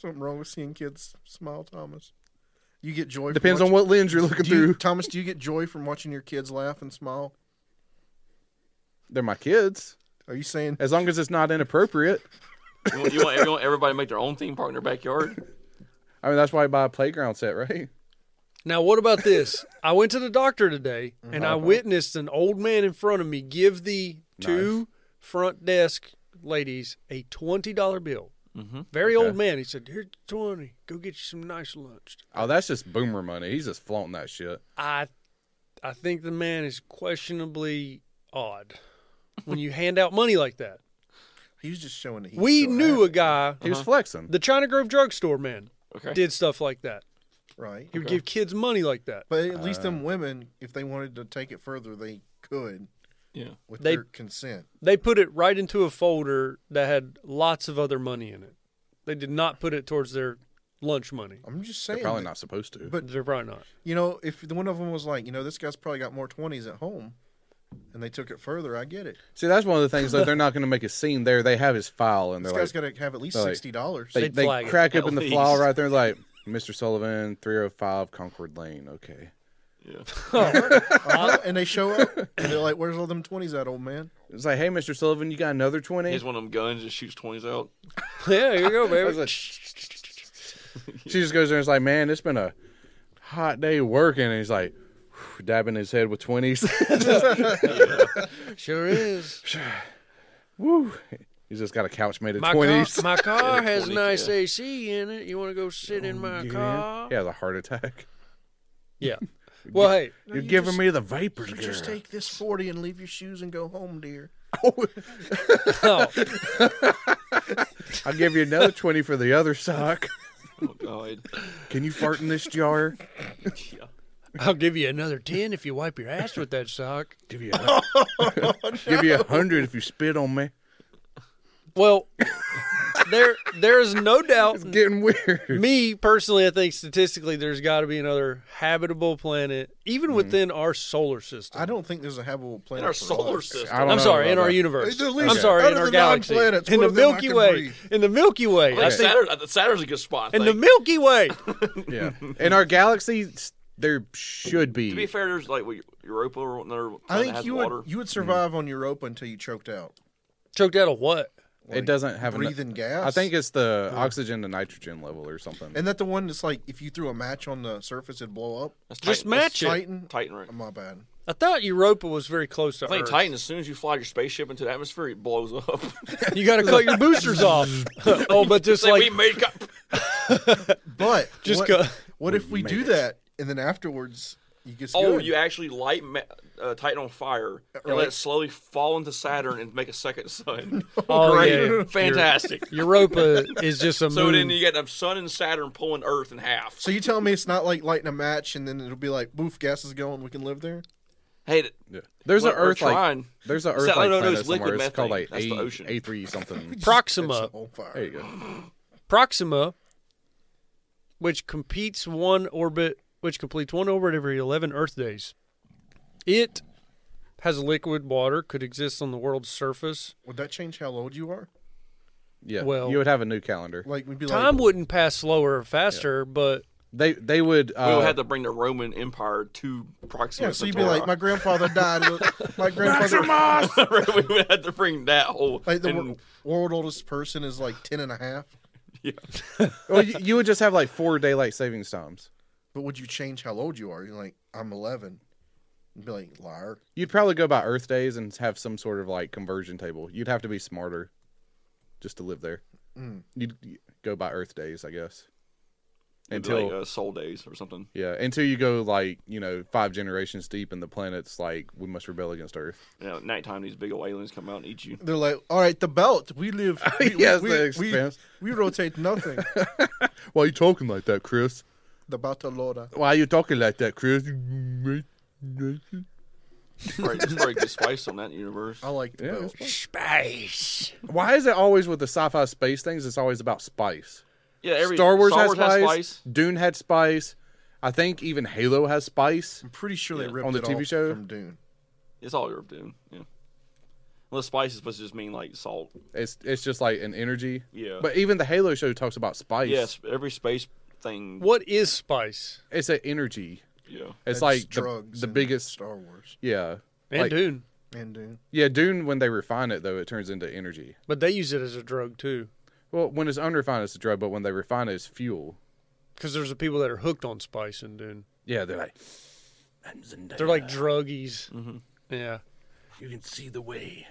[SPEAKER 2] Something wrong with seeing kids smile, Thomas. You get joy.
[SPEAKER 1] Depends
[SPEAKER 2] from
[SPEAKER 1] on what lens you're looking
[SPEAKER 2] watching- Do you,
[SPEAKER 1] through.
[SPEAKER 2] Thomas, do you get joy from watching your kids laugh and smile?
[SPEAKER 1] They're my kids.
[SPEAKER 2] Are you saying
[SPEAKER 1] As long as it's not inappropriate.
[SPEAKER 3] You want, you want everyone, everybody to make their own theme park in their backyard?
[SPEAKER 1] I mean, that's why you buy a playground set, right?
[SPEAKER 4] Now, what about this? I went to the doctor today and
[SPEAKER 1] Uh-huh.
[SPEAKER 4] I witnessed an old man in front of me give the two front desk ladies a $20 bill.
[SPEAKER 1] Mm-hmm.
[SPEAKER 4] Very old man. He said, Here's 20. Go get you some nice lunch.
[SPEAKER 1] Oh, that's just boomer money. He's just flaunting that shit.
[SPEAKER 4] I I think the man is questionably odd when you hand out money like that.
[SPEAKER 2] he was just showing that he
[SPEAKER 4] We
[SPEAKER 2] still
[SPEAKER 4] knew
[SPEAKER 2] had
[SPEAKER 4] a guy,
[SPEAKER 1] He was flexing.
[SPEAKER 4] the China Grove drugstore man,
[SPEAKER 3] Okay.
[SPEAKER 4] did stuff like that.
[SPEAKER 2] it, right?
[SPEAKER 4] He would give kids money like that.
[SPEAKER 1] Uh,
[SPEAKER 2] But at least them women, if they wanted to take it further, they could.
[SPEAKER 3] Yeah.
[SPEAKER 2] with
[SPEAKER 4] They-
[SPEAKER 2] their consent.
[SPEAKER 4] They put it right into a folder that had lots of other money in it. They did not put it towards their lunch money.
[SPEAKER 2] I'm just
[SPEAKER 1] They're
[SPEAKER 2] saying.
[SPEAKER 1] probably
[SPEAKER 2] that-
[SPEAKER 1] not supposed to.
[SPEAKER 2] but-
[SPEAKER 4] They're probably not.
[SPEAKER 2] You know, if the one of them was like, you know, this guy's probably got more twenties at home, and they took it further, I get it.
[SPEAKER 1] See, that's one of the things that they're not going to make a scene there. They have his file, and
[SPEAKER 2] This
[SPEAKER 1] they're
[SPEAKER 2] guy's
[SPEAKER 1] like,
[SPEAKER 2] got to have at least
[SPEAKER 1] they're like-
[SPEAKER 2] sixty dollars.
[SPEAKER 1] they,
[SPEAKER 4] They'd
[SPEAKER 1] they
[SPEAKER 4] flag it,
[SPEAKER 1] crack
[SPEAKER 3] at
[SPEAKER 1] open the
[SPEAKER 3] least.
[SPEAKER 1] file right there, like Mr. Sullivan, three hundred five Concord Lane. Okay,
[SPEAKER 3] Yeah.
[SPEAKER 2] and they show up, and they're like, "Where's all them twenties at, old man?"
[SPEAKER 1] it's like, hey, Mr. Sullivan, you got another twenty?
[SPEAKER 3] He's one of them guns that shoots twenties out.
[SPEAKER 4] Yeah, here you go,
[SPEAKER 1] I was
[SPEAKER 4] baby.
[SPEAKER 1] like- she just goes there and is like, man, it's been a hot day working. And he's like, whew, dabbing his head with 20s.
[SPEAKER 4] Sure is.
[SPEAKER 1] Woo. He's just got a couch made of
[SPEAKER 4] My
[SPEAKER 1] 20s.
[SPEAKER 4] car, my car has
[SPEAKER 3] 20s,
[SPEAKER 4] nice
[SPEAKER 3] yeah.
[SPEAKER 4] AC in it. You want to go sit in my car?
[SPEAKER 1] He has a heart attack.
[SPEAKER 4] Oh, Yeah. Well, hey,
[SPEAKER 2] No,
[SPEAKER 1] You're
[SPEAKER 2] you
[SPEAKER 1] giving
[SPEAKER 2] just-
[SPEAKER 1] me the vapors,
[SPEAKER 2] You
[SPEAKER 1] girl.
[SPEAKER 2] just take this forty and leave your shoes and go home, dear.
[SPEAKER 4] oh,
[SPEAKER 1] I'll give you another 20 for the other sock.
[SPEAKER 3] Oh god.
[SPEAKER 1] Can you fart in this jar?
[SPEAKER 3] Yeah.
[SPEAKER 4] I'll give you another ten if you wipe your ass with that sock.
[SPEAKER 1] Give you a, give you a hundred if you spit on me.
[SPEAKER 4] Well, there there is no doubt.
[SPEAKER 1] Getting weird.
[SPEAKER 4] Me personally, I think statistically, there's got to be another habitable planet, even
[SPEAKER 1] Mm-hmm.
[SPEAKER 4] within our solar system.
[SPEAKER 2] I don't think there's a habitable planet
[SPEAKER 3] In our
[SPEAKER 2] for
[SPEAKER 3] solar
[SPEAKER 2] us.
[SPEAKER 3] system.
[SPEAKER 1] I don't
[SPEAKER 4] I'm
[SPEAKER 1] know
[SPEAKER 4] sorry, in
[SPEAKER 1] about
[SPEAKER 4] our
[SPEAKER 1] that.
[SPEAKER 4] universe.
[SPEAKER 2] There's at least
[SPEAKER 4] I'm sorry, in
[SPEAKER 2] out of
[SPEAKER 4] our
[SPEAKER 2] the nine
[SPEAKER 4] galaxy,
[SPEAKER 2] planets, one
[SPEAKER 4] in the
[SPEAKER 2] of them I
[SPEAKER 4] Milky
[SPEAKER 2] can
[SPEAKER 4] Way,
[SPEAKER 2] breathe.
[SPEAKER 4] in the Milky Way, I
[SPEAKER 3] Like
[SPEAKER 4] think,
[SPEAKER 3] Saturn, uh, Saturn's a good spot. I
[SPEAKER 4] in the
[SPEAKER 3] think.
[SPEAKER 4] Milky Way.
[SPEAKER 1] Yeah. In our galaxy, s- there should
[SPEAKER 3] to be
[SPEAKER 1] be.
[SPEAKER 3] fair, there's like what, Europa or another.
[SPEAKER 2] I
[SPEAKER 3] planet
[SPEAKER 2] think
[SPEAKER 3] has
[SPEAKER 2] you
[SPEAKER 3] water.
[SPEAKER 2] would you would survive on Europa until you choked out,
[SPEAKER 4] Choked out of what?
[SPEAKER 1] It doesn't have enough-
[SPEAKER 2] breathing gas.
[SPEAKER 1] I think it's the oxygen to nitrogen level or something.
[SPEAKER 2] and that the one that's like if you threw a match on the surface, it'd blow up.
[SPEAKER 3] That's
[SPEAKER 4] Just
[SPEAKER 3] Titan.
[SPEAKER 4] match it.
[SPEAKER 2] Titan.
[SPEAKER 3] Titan, right?
[SPEAKER 2] Oh, my bad.
[SPEAKER 4] I thought Europa was very close to
[SPEAKER 3] I think
[SPEAKER 4] Earth.
[SPEAKER 3] Titan. As soon as you fly your spaceship into the atmosphere, it blows up.
[SPEAKER 4] You got to cut your boosters off. oh,
[SPEAKER 3] It's
[SPEAKER 4] but just
[SPEAKER 3] like,
[SPEAKER 4] like
[SPEAKER 3] we made. co-
[SPEAKER 2] But
[SPEAKER 4] Just
[SPEAKER 2] what,
[SPEAKER 4] go-
[SPEAKER 2] what if we do that and then afterwards you get
[SPEAKER 3] Oh,
[SPEAKER 2] good?
[SPEAKER 3] you actually light ma- uh, Titan on fire and let it slowly fall into Saturn and make a second sun.
[SPEAKER 4] Oh,
[SPEAKER 3] Great,
[SPEAKER 4] yeah. You're-
[SPEAKER 3] fantastic.
[SPEAKER 4] Europa is just a
[SPEAKER 3] so
[SPEAKER 4] moon.
[SPEAKER 3] then you get the sun and Saturn pulling Earth in half.
[SPEAKER 2] So you tell me it's not like lighting a match and then it'll be like boof, gas is going, we can live there.
[SPEAKER 3] hey, th-
[SPEAKER 1] Yeah. There's an
[SPEAKER 3] We're- we're
[SPEAKER 1] Earth like
[SPEAKER 3] trying.
[SPEAKER 1] there's an
[SPEAKER 3] Is
[SPEAKER 1] Earth
[SPEAKER 3] that-
[SPEAKER 1] like
[SPEAKER 3] no, no,
[SPEAKER 1] planet
[SPEAKER 3] it's liquid
[SPEAKER 1] somewhere. It's called
[SPEAKER 3] methane.
[SPEAKER 1] like
[SPEAKER 3] That's the
[SPEAKER 1] A
[SPEAKER 3] ocean.
[SPEAKER 1] A three something.
[SPEAKER 4] Proxima,
[SPEAKER 2] It's on fire.
[SPEAKER 1] There you go.
[SPEAKER 4] Proxima, which competes one orbit, which completes one orbit every eleven Earth days. It has liquid water, could exist on the world's surface.
[SPEAKER 2] Would that change how old you are?
[SPEAKER 1] Yeah.
[SPEAKER 4] Well-
[SPEAKER 1] you would have a new calendar.
[SPEAKER 2] Like we'd be
[SPEAKER 4] Time
[SPEAKER 2] like,
[SPEAKER 4] wouldn't pass slower or faster, but
[SPEAKER 1] They they would
[SPEAKER 3] we
[SPEAKER 1] uh,
[SPEAKER 3] would have to bring the Roman Empire to Proxima.
[SPEAKER 2] yeah. So you'd be
[SPEAKER 3] Centauri.
[SPEAKER 2] like, my grandfather died. my grandfather,
[SPEAKER 3] Right, we would have to bring that whole.
[SPEAKER 2] like the
[SPEAKER 3] and-
[SPEAKER 2] wor- world oldest person is like 10 and a half.
[SPEAKER 3] yeah.
[SPEAKER 1] well, you, you would just have like four daylight savings times.
[SPEAKER 2] But would you change how old you are? You're like, I'm 11. You'd be like, liar.
[SPEAKER 1] You'd probably go by Earth days and have some sort of like conversion table. You'd have to be smarter just to live there.
[SPEAKER 3] Mm.
[SPEAKER 1] You'd you'd go by Earth days, I guess.
[SPEAKER 3] It'd be
[SPEAKER 1] Until
[SPEAKER 3] like, uh, Soul Days or something.
[SPEAKER 1] yeah, until you go like you know five generations deep, and the planet's like we must rebel against Earth.
[SPEAKER 3] You know, at nighttime, these big old aliens come out and eat you.
[SPEAKER 2] They're like, all right, the belt. We live. We,
[SPEAKER 1] Yes,
[SPEAKER 2] we,
[SPEAKER 1] the
[SPEAKER 2] we,
[SPEAKER 1] expanse.
[SPEAKER 2] we rotate nothing.
[SPEAKER 1] Why are you talking like that, Chris?
[SPEAKER 2] the Batalora.
[SPEAKER 1] Why are you talking like that, Chris?
[SPEAKER 3] Right, it's probably good spice on that universe.
[SPEAKER 2] I like the
[SPEAKER 1] Yeah,
[SPEAKER 2] belt.
[SPEAKER 4] space.
[SPEAKER 1] Why is it always with the sci-fi space things? It's always about spice.
[SPEAKER 3] Yeah, every
[SPEAKER 1] Star Wars,
[SPEAKER 3] Star
[SPEAKER 1] has, spice, Dune had spice. I think even Halo has spice.
[SPEAKER 2] I'm pretty sure they
[SPEAKER 3] Yeah.
[SPEAKER 2] ripped
[SPEAKER 1] On the
[SPEAKER 2] it
[SPEAKER 1] TV
[SPEAKER 2] off
[SPEAKER 1] show?
[SPEAKER 2] from Dune.
[SPEAKER 3] It's all Europe, dude. Yeah. Unless spice is supposed to just mean like salt.
[SPEAKER 1] It's it's just like an energy.
[SPEAKER 3] Yeah.
[SPEAKER 1] But even the Halo show talks about spice.
[SPEAKER 3] Yes, every space thing.
[SPEAKER 4] What is spice?
[SPEAKER 1] It's an energy.
[SPEAKER 3] Yeah.
[SPEAKER 1] It's
[SPEAKER 2] That's
[SPEAKER 1] like the,
[SPEAKER 2] drugs
[SPEAKER 1] the
[SPEAKER 2] in
[SPEAKER 1] biggest.
[SPEAKER 2] Star Wars
[SPEAKER 1] Yeah.
[SPEAKER 4] And
[SPEAKER 1] Like-
[SPEAKER 4] Dune,
[SPEAKER 2] and Dune.
[SPEAKER 1] Yeah, Dune. When they refine it though, it turns into energy.
[SPEAKER 4] but they use it as a drug too,
[SPEAKER 1] Well, when it's unrefined, it's a drug. But when they refine it, it's fuel.
[SPEAKER 4] because there's the people that are hooked on spice in Dune.
[SPEAKER 1] Yeah, they're like.
[SPEAKER 4] They're like druggies. Yeah,
[SPEAKER 1] uh, You can see the way.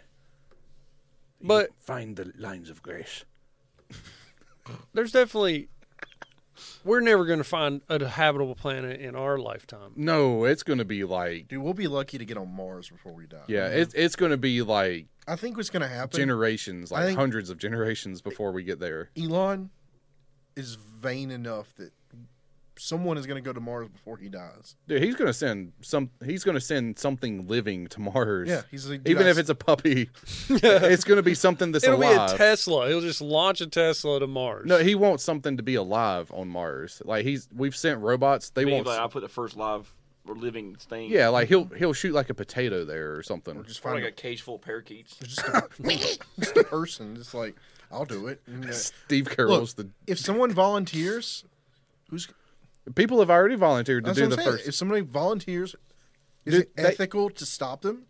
[SPEAKER 4] but
[SPEAKER 1] Find the lines of grace.
[SPEAKER 4] there's definitely we're never going to find a habitable planet in our lifetime.
[SPEAKER 1] No, it's gonna be like
[SPEAKER 2] Dude, we'll be lucky to get on Mars before we die.
[SPEAKER 1] yeah, it's it's gonna be like
[SPEAKER 2] I think what's gonna happen.
[SPEAKER 1] generations,
[SPEAKER 2] I
[SPEAKER 1] like
[SPEAKER 2] think-
[SPEAKER 1] hundreds of generations before we get there.
[SPEAKER 2] Elon is vain enough that someone is going to go to Mars before he dies.
[SPEAKER 1] Dude, he's gonna send some. He's gonna send something living to Mars.
[SPEAKER 2] Yeah, he's like,
[SPEAKER 1] even if it's a puppy, it's gonna be something that's
[SPEAKER 4] It'll be a
[SPEAKER 1] alive.
[SPEAKER 4] Tesla. He'll just launch a Tesla to Mars.
[SPEAKER 1] no, he wants something to be alive on Mars. Like he's, we've sent robots. They
[SPEAKER 3] Meaning,
[SPEAKER 1] want,
[SPEAKER 3] like, I put the first live or living thing.
[SPEAKER 1] yeah, like he'll he'll shoot like a potato there or something.
[SPEAKER 2] or just
[SPEAKER 3] Or
[SPEAKER 2] find
[SPEAKER 3] like
[SPEAKER 2] a,
[SPEAKER 3] a cage full of parakeets.
[SPEAKER 2] just, a, just a person, just like I'll do it. And, uh,
[SPEAKER 1] Steve Carroll's
[SPEAKER 2] if someone volunteers, who's
[SPEAKER 1] the people have already volunteered to
[SPEAKER 2] that's
[SPEAKER 1] do
[SPEAKER 2] what
[SPEAKER 1] the
[SPEAKER 2] I'm saying.
[SPEAKER 1] first.
[SPEAKER 2] If somebody volunteers, is
[SPEAKER 1] Dude,
[SPEAKER 2] it
[SPEAKER 1] they-
[SPEAKER 2] ethical to stop them?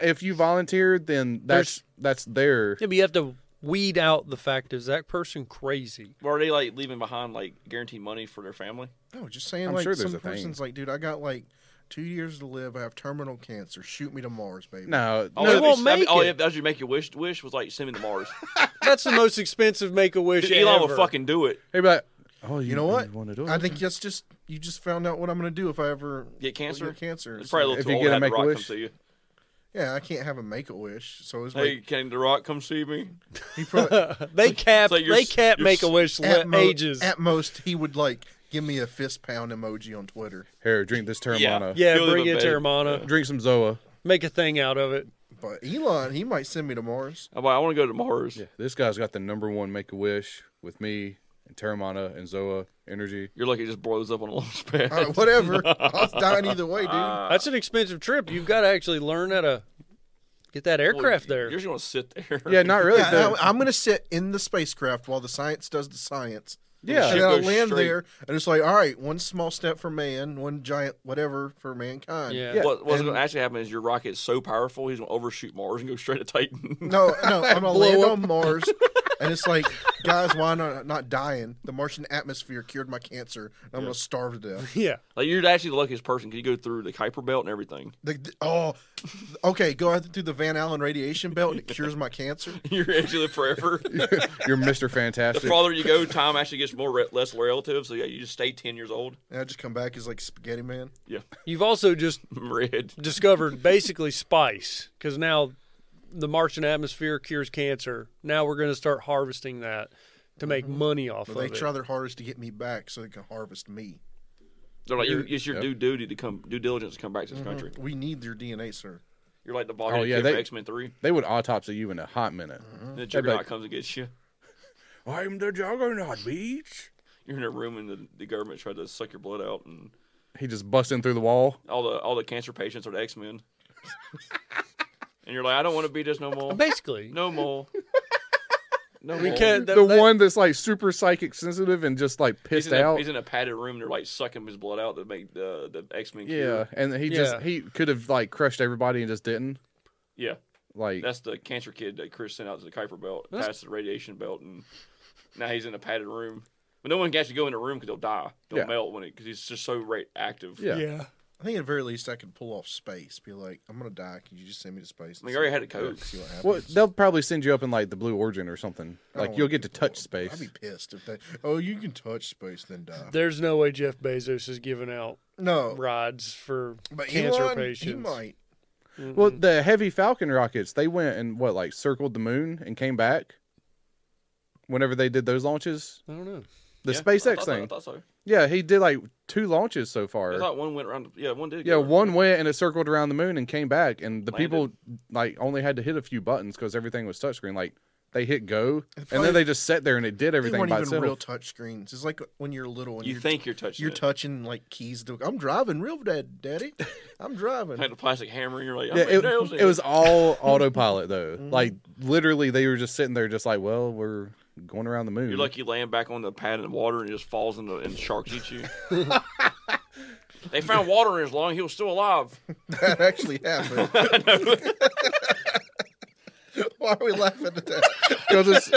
[SPEAKER 1] If you volunteered, then that's that's their.
[SPEAKER 4] Yeah, but you have to weed out the fact is that person crazy?
[SPEAKER 3] Or are they like leaving behind like guaranteed money for their family?
[SPEAKER 2] No, just saying.
[SPEAKER 1] I'm
[SPEAKER 2] like
[SPEAKER 1] sure there's
[SPEAKER 2] some
[SPEAKER 1] a thing.
[SPEAKER 2] person's like, dude, I got like two years to live. I have terminal cancer. Shoot me to Mars, baby.
[SPEAKER 1] No,
[SPEAKER 3] All
[SPEAKER 1] no,
[SPEAKER 3] that'd
[SPEAKER 4] they
[SPEAKER 3] be-
[SPEAKER 4] won't
[SPEAKER 3] Oh, that'd be-
[SPEAKER 4] make
[SPEAKER 3] All
[SPEAKER 4] it.
[SPEAKER 3] you have to do to make your wish wish was like send me to Mars.
[SPEAKER 4] That's the most expensive make a wish.
[SPEAKER 3] Dude, Elon will
[SPEAKER 4] ever.
[SPEAKER 3] fucking do it.
[SPEAKER 1] Hey, but oh, you,
[SPEAKER 2] You know what?
[SPEAKER 1] Want to do it?
[SPEAKER 2] I think that's just you just found out what I'm gonna do if I ever
[SPEAKER 3] Get cancer?
[SPEAKER 2] Get cancer.
[SPEAKER 3] It's
[SPEAKER 2] So-
[SPEAKER 3] probably a little
[SPEAKER 1] If
[SPEAKER 3] too
[SPEAKER 1] you
[SPEAKER 3] old
[SPEAKER 1] get
[SPEAKER 3] to
[SPEAKER 1] a
[SPEAKER 3] have the rock come
[SPEAKER 1] Make-A-Wish.
[SPEAKER 3] see you.
[SPEAKER 2] yeah, I can't have a make a wish. So it's
[SPEAKER 3] Hey,
[SPEAKER 2] like
[SPEAKER 3] can the rock come see me?
[SPEAKER 2] he probably
[SPEAKER 4] They cap.
[SPEAKER 3] so you're
[SPEAKER 4] they
[SPEAKER 3] s-
[SPEAKER 4] cap
[SPEAKER 3] you're
[SPEAKER 4] make a wish
[SPEAKER 2] at, mo-
[SPEAKER 4] ages.
[SPEAKER 2] at most he would like give me a fist pound emoji on Twitter.
[SPEAKER 1] Here, drink this Terramana.
[SPEAKER 4] yeah,
[SPEAKER 3] You'll
[SPEAKER 4] bring
[SPEAKER 3] live
[SPEAKER 4] it
[SPEAKER 3] a
[SPEAKER 4] to
[SPEAKER 3] bed.
[SPEAKER 4] Hermana.
[SPEAKER 1] Drink some Zoa.
[SPEAKER 4] Make a thing out of it.
[SPEAKER 2] But Elon, he might send me to Mars.
[SPEAKER 3] I'm like, I want to go to Mars.
[SPEAKER 1] This guy's got the number one Make a Wish with me and Terramana and Zoa Energy.
[SPEAKER 3] You're lucky it just blows up on a launch pad.
[SPEAKER 2] All right, whatever. I'll die either way, dude.
[SPEAKER 4] That's an expensive trip. You've got to actually learn how to get that
[SPEAKER 3] Well,
[SPEAKER 4] aircraft
[SPEAKER 3] you're
[SPEAKER 4] there.
[SPEAKER 3] just gonna sit there.
[SPEAKER 1] Yeah, not really.
[SPEAKER 2] Yeah,
[SPEAKER 1] though.
[SPEAKER 2] I- I'm gonna sit in the spacecraft while the science does the science.
[SPEAKER 1] Yeah.
[SPEAKER 2] and then I'll
[SPEAKER 3] Ship goes
[SPEAKER 2] land
[SPEAKER 3] straight.
[SPEAKER 2] there, and it's like, all right, one small step for man, one giant whatever for mankind.
[SPEAKER 4] yeah.
[SPEAKER 1] Yeah.
[SPEAKER 3] What, what's going to actually happen is your rocket is so powerful, he's going to overshoot Mars and go straight to Titan.
[SPEAKER 2] No, no, I'm gonna
[SPEAKER 1] Blow
[SPEAKER 2] land
[SPEAKER 1] up.
[SPEAKER 2] on Mars, and it's like, guys, why not not dying? The Martian atmosphere cured my cancer. And I'm gonna starve to death.
[SPEAKER 4] Yeah.
[SPEAKER 3] like you're actually the luckiest person because you go through the Kuiper Belt and everything.
[SPEAKER 2] The, the- oh, okay, go out through the Van Allen radiation belt, and it cures my cancer.
[SPEAKER 3] You're actually live forever. the
[SPEAKER 1] You're Mr. Fantastic.
[SPEAKER 3] farther you go, time actually gets more re- less relative. So yeah, you just stay ten years old.
[SPEAKER 2] And I just come back as like Spaghetti Man.
[SPEAKER 3] Yeah,
[SPEAKER 4] You've also just
[SPEAKER 3] red.
[SPEAKER 4] discovered basically spice because now the Martian atmosphere cures cancer. Now we're going to start harvesting that to make
[SPEAKER 2] Mm-hmm.
[SPEAKER 4] money off
[SPEAKER 2] But
[SPEAKER 4] of
[SPEAKER 2] they
[SPEAKER 4] it.
[SPEAKER 2] try their hardest to get me back so they can harvest me.
[SPEAKER 3] They're like, you, it's your due duty to come, due diligence to come back to this country.
[SPEAKER 2] We need your DNA, sir.
[SPEAKER 3] You're like the volcano
[SPEAKER 1] Oh, yeah,
[SPEAKER 3] kid
[SPEAKER 1] they-
[SPEAKER 3] from X Men Three.
[SPEAKER 1] They would autopsy you in a hot minute.
[SPEAKER 3] And the juggernaut
[SPEAKER 1] but-
[SPEAKER 3] comes and gets you.
[SPEAKER 1] I'm the juggernaut, bitch.
[SPEAKER 3] You're in a room and the, the government tried to suck your blood out, and
[SPEAKER 1] He just busts in through the wall.
[SPEAKER 3] all the all the cancer patients are the X Men. and you're like, I don't want to be this no more.
[SPEAKER 4] Basically,
[SPEAKER 3] No more. No
[SPEAKER 4] we
[SPEAKER 3] more.
[SPEAKER 4] can't.
[SPEAKER 1] The
[SPEAKER 4] that- that-
[SPEAKER 1] one that's like super psychic sensitive and just like
[SPEAKER 3] He's
[SPEAKER 1] pissed
[SPEAKER 3] in, a,
[SPEAKER 1] out.
[SPEAKER 3] he's in a padded room. They're like sucking his blood out to make the the X Men.
[SPEAKER 1] yeah, and he just
[SPEAKER 4] Yeah.
[SPEAKER 1] he could have like crushed everybody and just didn't.
[SPEAKER 3] yeah.
[SPEAKER 1] Like
[SPEAKER 3] That's the cancer kid that Chris sent out to the Kuiper Belt, past the radiation belt, and now he's in a padded room. But no one can actually go in the room because they'll die. They'll
[SPEAKER 1] Yeah.
[SPEAKER 3] melt when it because he's just so radioactive.
[SPEAKER 1] Yeah.
[SPEAKER 4] yeah.
[SPEAKER 2] I think at the very least I could pull off space. Be like, I'm gonna die. Can you just send me to space?
[SPEAKER 3] I mean, I already had a coke.
[SPEAKER 2] See what happens.
[SPEAKER 1] well, they'll probably send you up in like the Blue Origin or something.
[SPEAKER 2] I don't
[SPEAKER 1] Like you'll
[SPEAKER 2] wanna
[SPEAKER 1] get to
[SPEAKER 2] be
[SPEAKER 1] touch
[SPEAKER 2] blown. I'd
[SPEAKER 1] space.
[SPEAKER 2] be pissed if they. Oh, you can touch space, then die.
[SPEAKER 4] There's no way Jeff Bezos is giving out
[SPEAKER 2] No,
[SPEAKER 4] rides for
[SPEAKER 2] but
[SPEAKER 4] cancer
[SPEAKER 2] Elon, he
[SPEAKER 4] patients.
[SPEAKER 2] might.
[SPEAKER 1] Well,
[SPEAKER 3] Mm-hmm.
[SPEAKER 1] the heavy Falcon rockets, they went and what like circled the moon and came back. Whenever they did those launches,
[SPEAKER 4] I don't know.
[SPEAKER 1] the
[SPEAKER 3] Yeah, I
[SPEAKER 1] SpaceX
[SPEAKER 3] thought so,
[SPEAKER 1] thing.
[SPEAKER 3] I thought so.
[SPEAKER 1] yeah, he did like two launches so far.
[SPEAKER 3] I thought one went around. Yeah, one did.
[SPEAKER 1] Yeah,
[SPEAKER 3] go around.
[SPEAKER 1] one went and it circled around the moon and came back, and the
[SPEAKER 3] Landed.
[SPEAKER 1] people like only had to hit a few buttons because everything was touchscreen. Like they hit go, and
[SPEAKER 2] probably-
[SPEAKER 1] then they just sat there and it did
[SPEAKER 2] They
[SPEAKER 1] everything
[SPEAKER 2] weren't
[SPEAKER 1] by
[SPEAKER 2] even
[SPEAKER 1] itself.
[SPEAKER 2] real touch screens. It's like when you're little and
[SPEAKER 3] You
[SPEAKER 2] are
[SPEAKER 3] think you're touching
[SPEAKER 2] you're
[SPEAKER 3] it.
[SPEAKER 2] touching like keys. To, I'm driving, real dad, daddy. I'm driving.
[SPEAKER 3] like the plastic hammer. and You're like,
[SPEAKER 1] yeah,
[SPEAKER 3] I'm
[SPEAKER 1] it, it was all autopilot though.
[SPEAKER 3] Mm-hmm.
[SPEAKER 1] Like literally, they were just sitting there, just like, well, we're going around the moon.
[SPEAKER 3] You're lucky you land back on the pad in the water and it just falls in the and sharks eat you. they found water in his lung. He was still alive.
[SPEAKER 2] that actually happened. Why are we laughing at that?
[SPEAKER 1] 'Cause it's,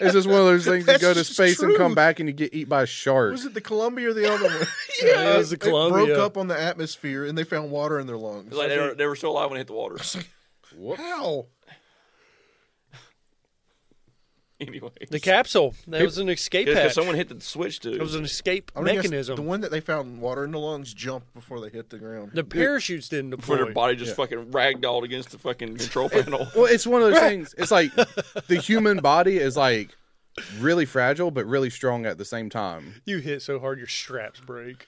[SPEAKER 1] it's just one of those things. You
[SPEAKER 2] That's
[SPEAKER 1] go to
[SPEAKER 2] just
[SPEAKER 1] space and come
[SPEAKER 2] true.
[SPEAKER 1] back, and you get eat by a shark.
[SPEAKER 2] Was it the Columbia or the other one?
[SPEAKER 4] Yeah, it was the
[SPEAKER 2] They
[SPEAKER 4] Columbia.
[SPEAKER 2] broke up on the atmosphere and they found water in their lungs.
[SPEAKER 3] It's like they were, they were still alive when it hit the water.
[SPEAKER 2] How?
[SPEAKER 3] anyway,
[SPEAKER 4] The capsule. That was an escape hatch.
[SPEAKER 3] because someone hit the switch to.
[SPEAKER 4] it was an escape
[SPEAKER 2] I would guess
[SPEAKER 4] mechanism.
[SPEAKER 2] The one that they found water in the lungs jumped before they hit the ground.
[SPEAKER 4] The parachutes didn't
[SPEAKER 3] for
[SPEAKER 4] deploy.
[SPEAKER 3] their body just fucking ragdolled against the fucking control panel.
[SPEAKER 1] Well, it's one of those things. It's like the human body is like really fragile but really strong at the same time.
[SPEAKER 4] You hit so hard your straps break.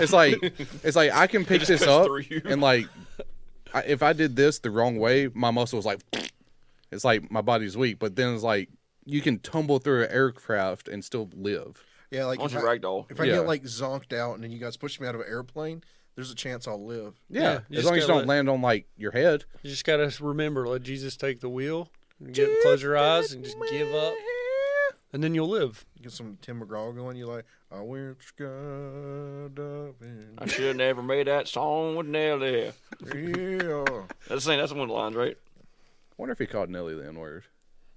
[SPEAKER 1] It's like it's like I can pick this
[SPEAKER 3] cuts
[SPEAKER 1] up
[SPEAKER 3] through you.
[SPEAKER 1] and like I, if I did this the wrong way, my muscles like it's like my body's weak, but then it's like you can tumble through an aircraft and still live.
[SPEAKER 2] Yeah, like
[SPEAKER 3] Once
[SPEAKER 2] if
[SPEAKER 3] you
[SPEAKER 2] I,
[SPEAKER 3] ragdoll,
[SPEAKER 2] if I
[SPEAKER 1] Yeah.
[SPEAKER 2] get like zonked out and then you guys push me out of an airplane, there's a chance I'll live.
[SPEAKER 4] Yeah,
[SPEAKER 1] Yeah,
[SPEAKER 4] you
[SPEAKER 1] as
[SPEAKER 4] just
[SPEAKER 1] long as you
[SPEAKER 4] gotta
[SPEAKER 1] don't land on like your head.
[SPEAKER 4] You just gotta remember, let Jesus take the wheel. And get, close your eyes and just give up,
[SPEAKER 1] Eh,
[SPEAKER 4] and then you'll live.
[SPEAKER 2] You get some Tim McGraw going, you're like, I went skydiving.
[SPEAKER 3] I should have never made that song with Nelly.
[SPEAKER 2] Yeah.
[SPEAKER 4] Ah,
[SPEAKER 3] That's the thing. That's one of the lines, right?
[SPEAKER 1] wonder if he called Nelly the N word.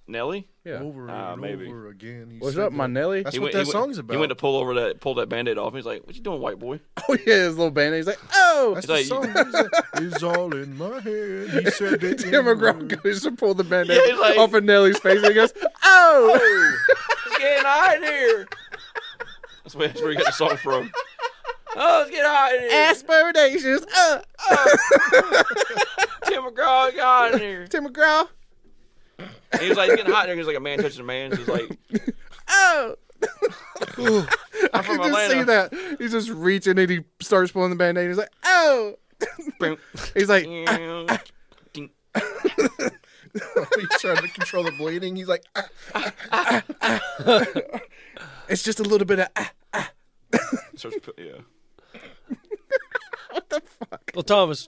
[SPEAKER 3] Nelly.
[SPEAKER 1] Yeah.
[SPEAKER 2] Over
[SPEAKER 3] Ah,
[SPEAKER 2] and
[SPEAKER 3] maybe.
[SPEAKER 2] over again. he
[SPEAKER 1] What's
[SPEAKER 2] said
[SPEAKER 1] up, my
[SPEAKER 2] that.
[SPEAKER 1] Nelly?
[SPEAKER 2] That's
[SPEAKER 3] He
[SPEAKER 2] what
[SPEAKER 3] went-
[SPEAKER 2] that
[SPEAKER 3] he went-
[SPEAKER 2] song's about.
[SPEAKER 3] He went to pull over that, pull that band-aid off. And he's like, "What you doing, white boy?"
[SPEAKER 1] Oh yeah, his little band. He's like, oh,
[SPEAKER 2] That's
[SPEAKER 3] It's
[SPEAKER 2] the
[SPEAKER 3] like-
[SPEAKER 2] song. He said, it's all in my head. He said that.
[SPEAKER 1] Tim McGraw goes to pull the band
[SPEAKER 3] Mm-hmm. Yeah, he's like-
[SPEAKER 1] off of Nelly's face and he goes, oh.
[SPEAKER 3] It's getting hot in here. That's where, that's where he got the song from. Oh, it's getting hot in here.
[SPEAKER 1] aspirations. Uh,
[SPEAKER 3] Tim McGraw got hot in here.
[SPEAKER 1] Tim McGraw.
[SPEAKER 3] And he was like, it's getting hot in here. He was like, a man touching a man. So he's like,
[SPEAKER 1] Oh,
[SPEAKER 3] I'm
[SPEAKER 1] you
[SPEAKER 3] from
[SPEAKER 1] just
[SPEAKER 3] Atlanta.
[SPEAKER 1] see that he's just reaching and he starts pulling the band aid. He's like, oh. He's like,
[SPEAKER 2] He's trying to control the bleeding. He's like, ah.
[SPEAKER 1] it's just a little bit of. ah.
[SPEAKER 3] Starts pu- yeah.
[SPEAKER 4] Well, Thomas,